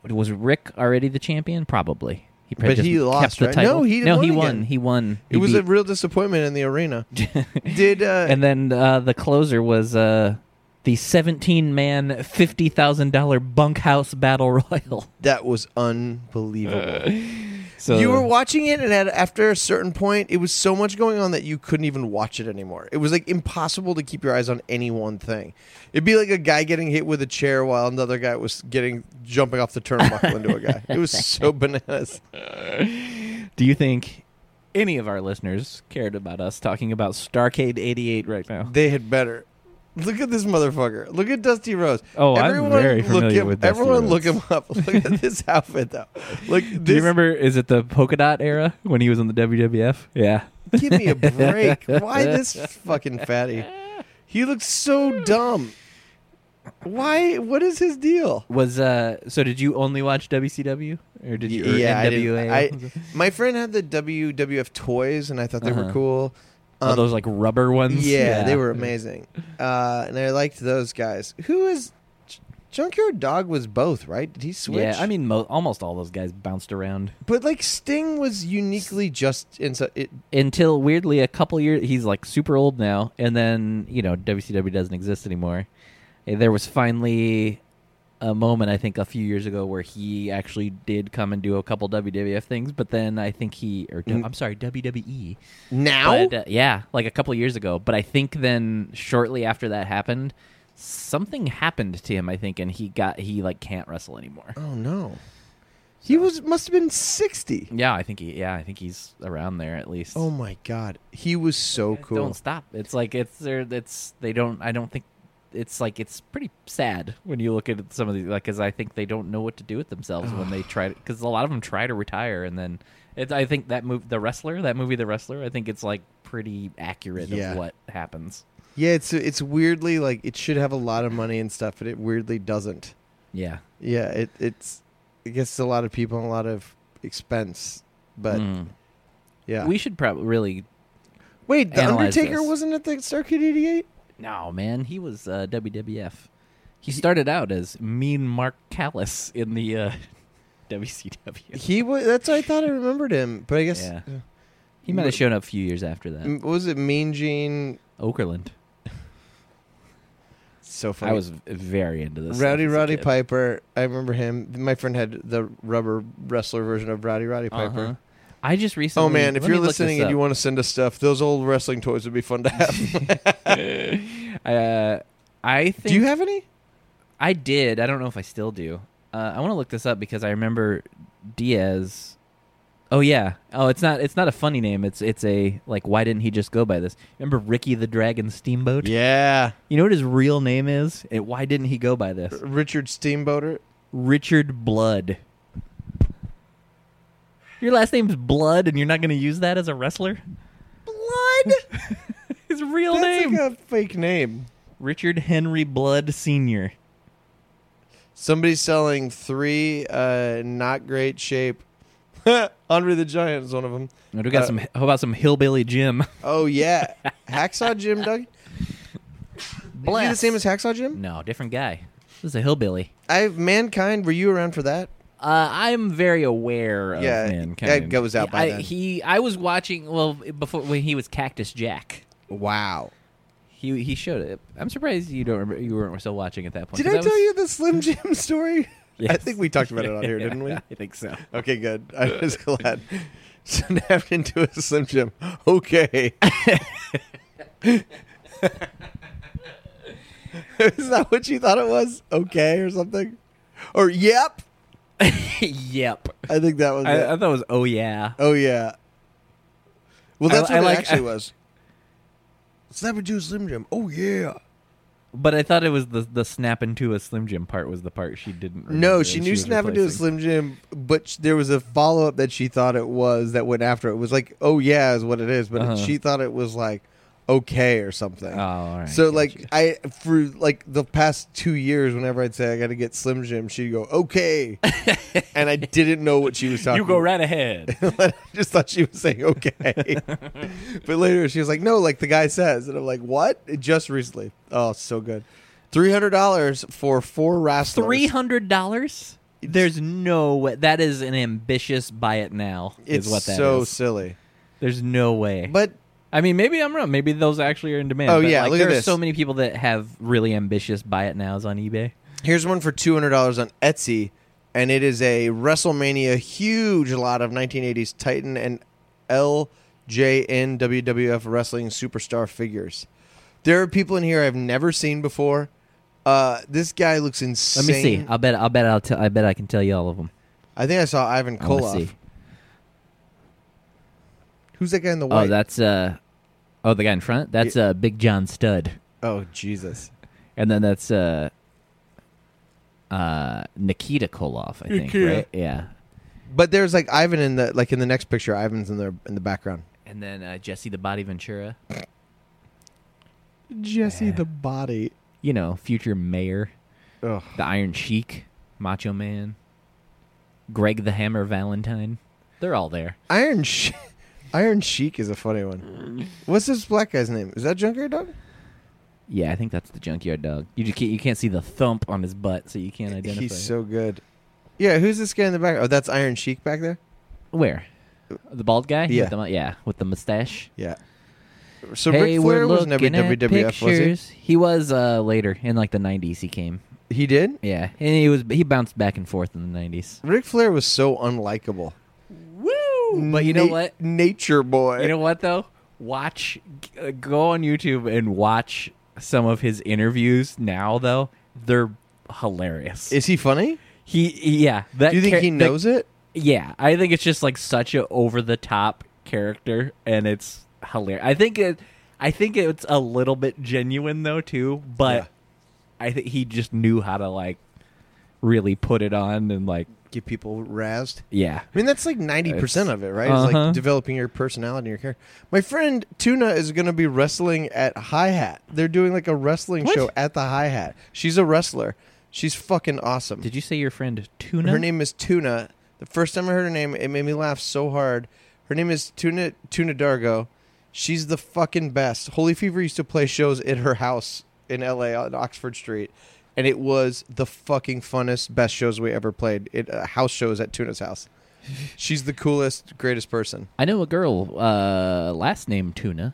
[SPEAKER 1] was Rick already the champion? Probably. He probably
[SPEAKER 2] But he
[SPEAKER 1] kept
[SPEAKER 2] lost,
[SPEAKER 1] the
[SPEAKER 2] right?
[SPEAKER 1] title.
[SPEAKER 2] No, he
[SPEAKER 1] no, he
[SPEAKER 2] won
[SPEAKER 1] won.
[SPEAKER 2] again.
[SPEAKER 1] He won.
[SPEAKER 2] It
[SPEAKER 1] He
[SPEAKER 2] was a
[SPEAKER 1] beat-
[SPEAKER 2] real disappointment in the arena. Did uh
[SPEAKER 1] and then uh, the closer was uh, the 17 man, $50,000 bunkhouse battle royal.
[SPEAKER 2] that was unbelievable.
[SPEAKER 1] So
[SPEAKER 2] you were watching it, and at, after a certain point, it was so much going on that you couldn't even watch it anymore. It was like impossible to keep your eyes on any one thing. It'd be like a guy getting hit with a chair while another guy was getting jumping off the turnbuckle into a guy. It was so bananas.
[SPEAKER 1] Do you think any of our listeners cared about us talking about Starcade 88 right now?
[SPEAKER 2] They had better. Look at this motherfucker. Look at Dusty Rose.
[SPEAKER 1] Oh, I'm very
[SPEAKER 2] look
[SPEAKER 1] familiar
[SPEAKER 2] him,
[SPEAKER 1] with Dusty
[SPEAKER 2] Everyone look
[SPEAKER 1] Rhodes.
[SPEAKER 2] him up. Look at this outfit though. Look this,
[SPEAKER 1] Do you remember? Is it the polka dot era when he was on the WWF? Yeah.
[SPEAKER 2] give me a break. Why this fucking fatty? He looks so dumb. Why what is his deal?
[SPEAKER 1] Was uh so did you only watch WCW or did you or
[SPEAKER 2] I
[SPEAKER 1] NWA?
[SPEAKER 2] didn't- I, my friend had the WWF toys, and I thought they were
[SPEAKER 1] Uh-huh.
[SPEAKER 2] cool.
[SPEAKER 1] All
[SPEAKER 2] um,
[SPEAKER 1] those like rubber ones.
[SPEAKER 2] Yeah, they were amazing, uh, and I liked those guys. Who is J- Junkyard Dog? Was both right? Did he switch?
[SPEAKER 1] Yeah, I mean mo- almost all those guys bounced around.
[SPEAKER 2] but like Sting was uniquely just inside. It,
[SPEAKER 1] until weirdly a couple years he's like super old now and then you know WCW doesn't exist anymore And there was finally a moment I think a few years ago where he actually did come and do a couple WWF things but then I think he or
[SPEAKER 2] Mm-hmm.
[SPEAKER 1] i I'm sorry WWE
[SPEAKER 2] now
[SPEAKER 1] but, uh, yeah like a couple years ago but I think then shortly after that happened something happened to him I think and he got he like can't wrestle anymore
[SPEAKER 2] oh no, he was must have been sixty.
[SPEAKER 1] yeah I think he yeah I think he's around there at least
[SPEAKER 2] Oh my god, he was so
[SPEAKER 1] Guys
[SPEAKER 2] cool.
[SPEAKER 1] Don't stop. It's like it's there. It's they don't. I don't think it's like it's pretty sad when you look at some of these. Like, because I think they don't know what to do with themselves when they try. Because a lot of them try to retire and then. It, I think that move, the wrestler, that movie, the wrestler. I think it's like pretty accurate
[SPEAKER 2] Yeah.
[SPEAKER 1] of what happens.
[SPEAKER 2] Yeah, it's it's weirdly like it should have a lot of money and stuff, but it weirdly doesn't.
[SPEAKER 1] Yeah.
[SPEAKER 2] Yeah, it it's it gets a lot of people and a lot of expense, but
[SPEAKER 1] Mm.
[SPEAKER 2] yeah.
[SPEAKER 1] We should probably really.
[SPEAKER 2] Wait, the
[SPEAKER 1] analyze
[SPEAKER 2] Undertaker
[SPEAKER 1] this.
[SPEAKER 2] wasn't at the Circuit 88?
[SPEAKER 1] No, man, he was uh, WWF. He started out as Mean Mark Callis in the uh, WCW.
[SPEAKER 2] He was. That's why I thought I remembered him, but I guess
[SPEAKER 1] Yeah. He might have shown up a few years after that.
[SPEAKER 2] M- what was it Mean Gene?
[SPEAKER 1] Okerlund.
[SPEAKER 2] So funny.
[SPEAKER 1] I was v- very into this.
[SPEAKER 2] Rowdy
[SPEAKER 1] stuff as a
[SPEAKER 2] Roddy
[SPEAKER 1] kid.
[SPEAKER 2] Piper. I remember him. My friend had the rubber wrestler version of Rowdy Roddy Piper.
[SPEAKER 1] Uh-huh. I just recently.
[SPEAKER 2] Oh man, if
[SPEAKER 1] let
[SPEAKER 2] you're
[SPEAKER 1] me look this
[SPEAKER 2] listening and
[SPEAKER 1] up.
[SPEAKER 2] you want to send us stuff, those old wrestling toys would be fun to have.
[SPEAKER 1] uh, I think
[SPEAKER 2] Do you have any?
[SPEAKER 1] I did. I don't know if I still do. Uh, I want to look this up because I remember Diaz. Oh yeah. Oh, it's not. It's not a funny name. It's it's a like. Why didn't he just go by this? Remember Ricky the Dragon Steamboat?
[SPEAKER 2] Yeah,
[SPEAKER 1] You know what his real name is? And why didn't he go by this?
[SPEAKER 2] Richard Steamboater.
[SPEAKER 1] Richard Blood. Your last name's Blood, and you're not going to use that as a wrestler. Blood. his real
[SPEAKER 2] That's
[SPEAKER 1] name.
[SPEAKER 2] like a fake name.
[SPEAKER 1] Richard Henry Blood Senior.
[SPEAKER 2] Somebody's selling three uh, not great shape. Andre the Giant is one of them.
[SPEAKER 1] We got
[SPEAKER 2] Uh,
[SPEAKER 1] some. How about some hillbilly Jim?
[SPEAKER 2] Oh yeah, Hacksaw Jim Doug. Is he the same as Hacksaw Jim?
[SPEAKER 1] No, different guy. This is a hillbilly.
[SPEAKER 2] I Mankind. Were you around for that?
[SPEAKER 1] Uh, I'm very aware of
[SPEAKER 2] Yeah,
[SPEAKER 1] mankind.
[SPEAKER 2] that goes out by
[SPEAKER 1] I,
[SPEAKER 2] then.
[SPEAKER 1] He, I was watching. Well, before when he was Cactus Jack,
[SPEAKER 2] Wow.
[SPEAKER 1] he he showed it. I'm surprised you don't remember. You weren't still watching at that point.
[SPEAKER 2] Did
[SPEAKER 1] 'cause
[SPEAKER 2] I
[SPEAKER 1] that
[SPEAKER 2] tell
[SPEAKER 1] was-
[SPEAKER 2] you the Slim Jim story? I
[SPEAKER 1] Yes.
[SPEAKER 2] think we talked about it on here, didn't we?
[SPEAKER 1] I think so.
[SPEAKER 2] Okay, good. I was glad. Snapped into a Slim Jim. Okay. Is that what you thought it was? Okay, or something? Or yep.
[SPEAKER 1] yep.
[SPEAKER 2] I think that was
[SPEAKER 1] I,
[SPEAKER 2] it.
[SPEAKER 1] I thought it was oh yeah.
[SPEAKER 2] oh yeah. Well,
[SPEAKER 1] I-
[SPEAKER 2] that's
[SPEAKER 1] I
[SPEAKER 2] what
[SPEAKER 1] like-
[SPEAKER 2] it actually was. Snap into a Slim Jim. Oh yeah.
[SPEAKER 1] But I thought it was the the snap into a Slim Jim part was the part she didn't. Remember
[SPEAKER 2] No, she
[SPEAKER 1] and
[SPEAKER 2] knew
[SPEAKER 1] was
[SPEAKER 2] Snap into a
[SPEAKER 1] replacing.
[SPEAKER 2] Slim Jim, but sh- there was a follow up that she thought it was that went after it. It was like, oh yeah, is what it is, but
[SPEAKER 1] Uh-huh.
[SPEAKER 2] she thought it was like okay or something.
[SPEAKER 1] Oh, all right.
[SPEAKER 2] so
[SPEAKER 1] gotcha.
[SPEAKER 2] like I for like the past two years, whenever I'd say I got to get Slim Jim, she'd go okay, and I didn't know what she was talking.
[SPEAKER 1] you go right ahead.
[SPEAKER 2] I just thought she was saying okay, but later she was like, "No, like the guy says," and I'm like, "What?" Just recently. Oh, so good. Three hundred dollars for four wrestlers.
[SPEAKER 1] Three hundred dollars? There's no way. That is an ambitious buy it now.
[SPEAKER 2] It's
[SPEAKER 1] is what that is.
[SPEAKER 2] so silly.
[SPEAKER 1] There's no way.
[SPEAKER 2] But
[SPEAKER 1] I mean, maybe I'm wrong. Maybe those actually are in demand.
[SPEAKER 2] Oh,
[SPEAKER 1] but,
[SPEAKER 2] yeah,
[SPEAKER 1] like,
[SPEAKER 2] look at
[SPEAKER 1] there are
[SPEAKER 2] this.
[SPEAKER 1] so many people that have really ambitious buy it nows on eBay.
[SPEAKER 2] here's one for two hundred dollars on Etsy, and it is a WrestleMania huge lot of 1980s Titan and LJN WWF wrestling superstar figures. There are people in here I've never seen before. Uh, this guy looks insane.
[SPEAKER 1] Let me see. I'll bet. I'll bet. I'll. T- I bet I can tell you all of them.
[SPEAKER 2] I think I saw Ivan
[SPEAKER 1] I wanna
[SPEAKER 2] Koloff.
[SPEAKER 1] see.
[SPEAKER 2] Who's that guy in the
[SPEAKER 1] Oh,
[SPEAKER 2] white?
[SPEAKER 1] that's uh. Oh, the guy in front. That's uh, Big John Stud,
[SPEAKER 2] oh Jesus!
[SPEAKER 1] and then that's uh. Uh, Nikita Koloff, I think. Right? Yeah.
[SPEAKER 2] But there's like Ivan in the like in the next picture. Ivan's in the in the background.
[SPEAKER 1] And then uh, Jesse the Body Ventura.
[SPEAKER 2] Jesse the body.
[SPEAKER 1] You know, future mayor.
[SPEAKER 2] Ugh.
[SPEAKER 1] The Iron Sheik, Macho Man, Greg the Hammer Valentine. They're all there.
[SPEAKER 2] Iron she- Iron Sheik is a funny one. What's this black guy's name? Is that Junkyard Dog?
[SPEAKER 1] Yeah, I think that's the junkyard dog. You just can't, you can't see the thump on his butt, so you can't identify.
[SPEAKER 2] He's
[SPEAKER 1] it.
[SPEAKER 2] so good. Yeah, who's this guy in the back? Oh, that's Iron Sheik back there.
[SPEAKER 1] where the bald guy?
[SPEAKER 2] Yeah.
[SPEAKER 1] with the, mu- yeah, with the mustache.
[SPEAKER 2] Yeah. So
[SPEAKER 1] hey,
[SPEAKER 2] Ric Flair
[SPEAKER 1] we're
[SPEAKER 2] was never
[SPEAKER 1] looking at
[SPEAKER 2] WWF, was
[SPEAKER 1] pictures. he? was uh, later in like the '90s. He came.
[SPEAKER 2] he? He did.
[SPEAKER 1] Yeah, and he was he bounced back and forth in the '90s.
[SPEAKER 2] Ric Flair was so unlikable. Woo!
[SPEAKER 1] But you know what?
[SPEAKER 2] Nature boy.
[SPEAKER 1] You know what though? Watch, g- uh, go on YouTube and watch some of his interviews now. Though they're hilarious.
[SPEAKER 2] is he funny?
[SPEAKER 1] He, yeah. That
[SPEAKER 2] Do you think
[SPEAKER 1] char-
[SPEAKER 2] he
[SPEAKER 1] that-
[SPEAKER 2] knows it?
[SPEAKER 1] yeah, I think it's just like such a over the top character, and it's hilarious. I think it, I think it's a little bit genuine though too, but
[SPEAKER 2] Yeah.
[SPEAKER 1] I think he just knew how to like really put it on and like
[SPEAKER 2] get people razzed.
[SPEAKER 1] Yeah.
[SPEAKER 2] I mean, that's like 90% of it, right? It's
[SPEAKER 1] Uh-huh.
[SPEAKER 2] like developing your personality and your character. My friend Tuna is going to be wrestling at Hi Hat. They're doing like a wrestling
[SPEAKER 1] What?
[SPEAKER 2] show at the Hi Hat. She's a wrestler. She's fucking awesome.
[SPEAKER 1] Did you say your friend Tuna?
[SPEAKER 2] Her name is Tuna. The first time I heard her name, it made me laugh so hard. Her name is Tuna Tuna Dargo. She's the fucking best. Holy Fever used to play shows at her house in LA on Oxford Street, and it was the fucking funnest, best shows we ever played. It uh, house shows at Tuna's house. She's the coolest, greatest person.
[SPEAKER 1] I know a girl, uh, last name Tuna,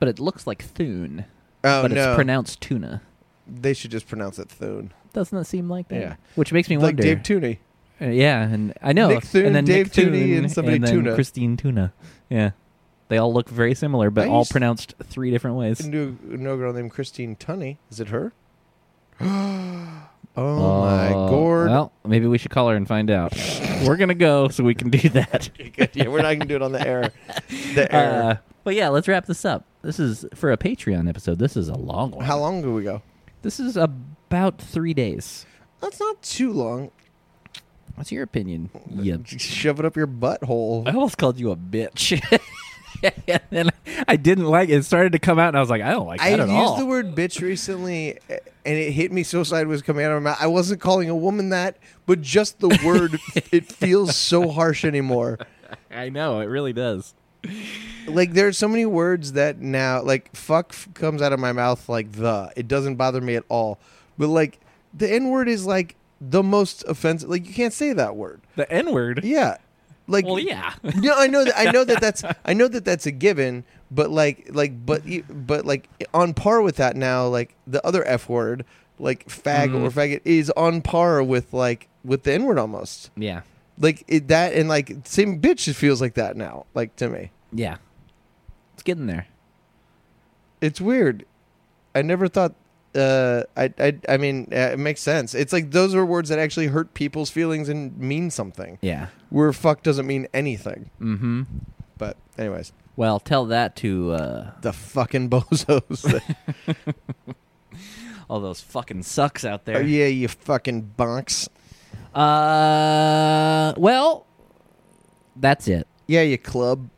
[SPEAKER 1] but it looks like Thune,
[SPEAKER 2] Oh
[SPEAKER 1] but
[SPEAKER 2] no,
[SPEAKER 1] it's pronounced Tuna.
[SPEAKER 2] they should just pronounce it Thune,
[SPEAKER 1] Doesn't that seem like that?
[SPEAKER 2] Yeah.
[SPEAKER 1] Which makes me
[SPEAKER 2] like
[SPEAKER 1] wonder.
[SPEAKER 2] Dave Tooney.
[SPEAKER 1] Uh, yeah, and I know.
[SPEAKER 2] Nick Thune,
[SPEAKER 1] and then
[SPEAKER 2] Dave
[SPEAKER 1] Nick Thune,
[SPEAKER 2] Tooney, and somebody
[SPEAKER 1] then
[SPEAKER 2] Tuna.
[SPEAKER 1] Christine Tuna. Yeah. They all look very similar, but
[SPEAKER 2] I
[SPEAKER 1] all
[SPEAKER 2] used-
[SPEAKER 1] pronounced three different ways.
[SPEAKER 2] New no girl named Christine Tunney. Is it her? oh my
[SPEAKER 1] Uh,
[SPEAKER 2] gourd!
[SPEAKER 1] Well, maybe we should call her and find out. We're gonna go so we can do that.
[SPEAKER 2] yeah, we're not gonna do it on the air. The
[SPEAKER 1] Uh,
[SPEAKER 2] air.
[SPEAKER 1] but yeah, let's wrap this up. This is for a Patreon episode. This is a long one.
[SPEAKER 2] How long do we go?
[SPEAKER 1] This is about three days.
[SPEAKER 2] That's not too long.
[SPEAKER 1] What's your opinion? Yep.
[SPEAKER 2] Shove it up your
[SPEAKER 1] I
[SPEAKER 2] butthole.
[SPEAKER 1] almost called you a bitch. and then I didn't like it. It started to come out, and I was like, I don't like
[SPEAKER 2] I
[SPEAKER 1] that
[SPEAKER 2] used
[SPEAKER 1] at all.
[SPEAKER 2] the word bitch recently, eh, and it hit me so side was coming out of my mouth. I wasn't calling a woman that, but just the word. it feels so harsh anymore.
[SPEAKER 1] I know it really does.
[SPEAKER 2] Like there's so many words that now, like fuck, f- comes out of my mouth like the. It doesn't bother me at all. But like the n word is like the most offensive. Like you can't say that word.
[SPEAKER 1] The N word.
[SPEAKER 2] Yeah. Like
[SPEAKER 1] Well, yeah.
[SPEAKER 2] no, I know that. I know that that's. I know that that's a given. But like, like, but, you- but like, on par with that now, like the other f word, like fag or faggot, is on par with like with the n word almost.
[SPEAKER 1] Yeah.
[SPEAKER 2] Like it, that and like same bitch it feels like that now. Like to me,
[SPEAKER 1] Yeah. It's getting there.
[SPEAKER 2] it's weird. I never thought. Uh, I, I, I mean, uh, it makes sense. It's like those are words that actually hurt people's feelings and mean something.
[SPEAKER 1] Yeah.
[SPEAKER 2] Where fuck doesn't mean anything.
[SPEAKER 1] Mm-hmm.
[SPEAKER 2] But anyways,
[SPEAKER 1] Well, tell that to uh,
[SPEAKER 2] the fucking bozos.
[SPEAKER 1] all those fucking sucks out
[SPEAKER 2] Oh,
[SPEAKER 1] there.
[SPEAKER 2] yeah, you fucking bonks.
[SPEAKER 1] Uh, well, that's it.
[SPEAKER 2] Yeah, you club.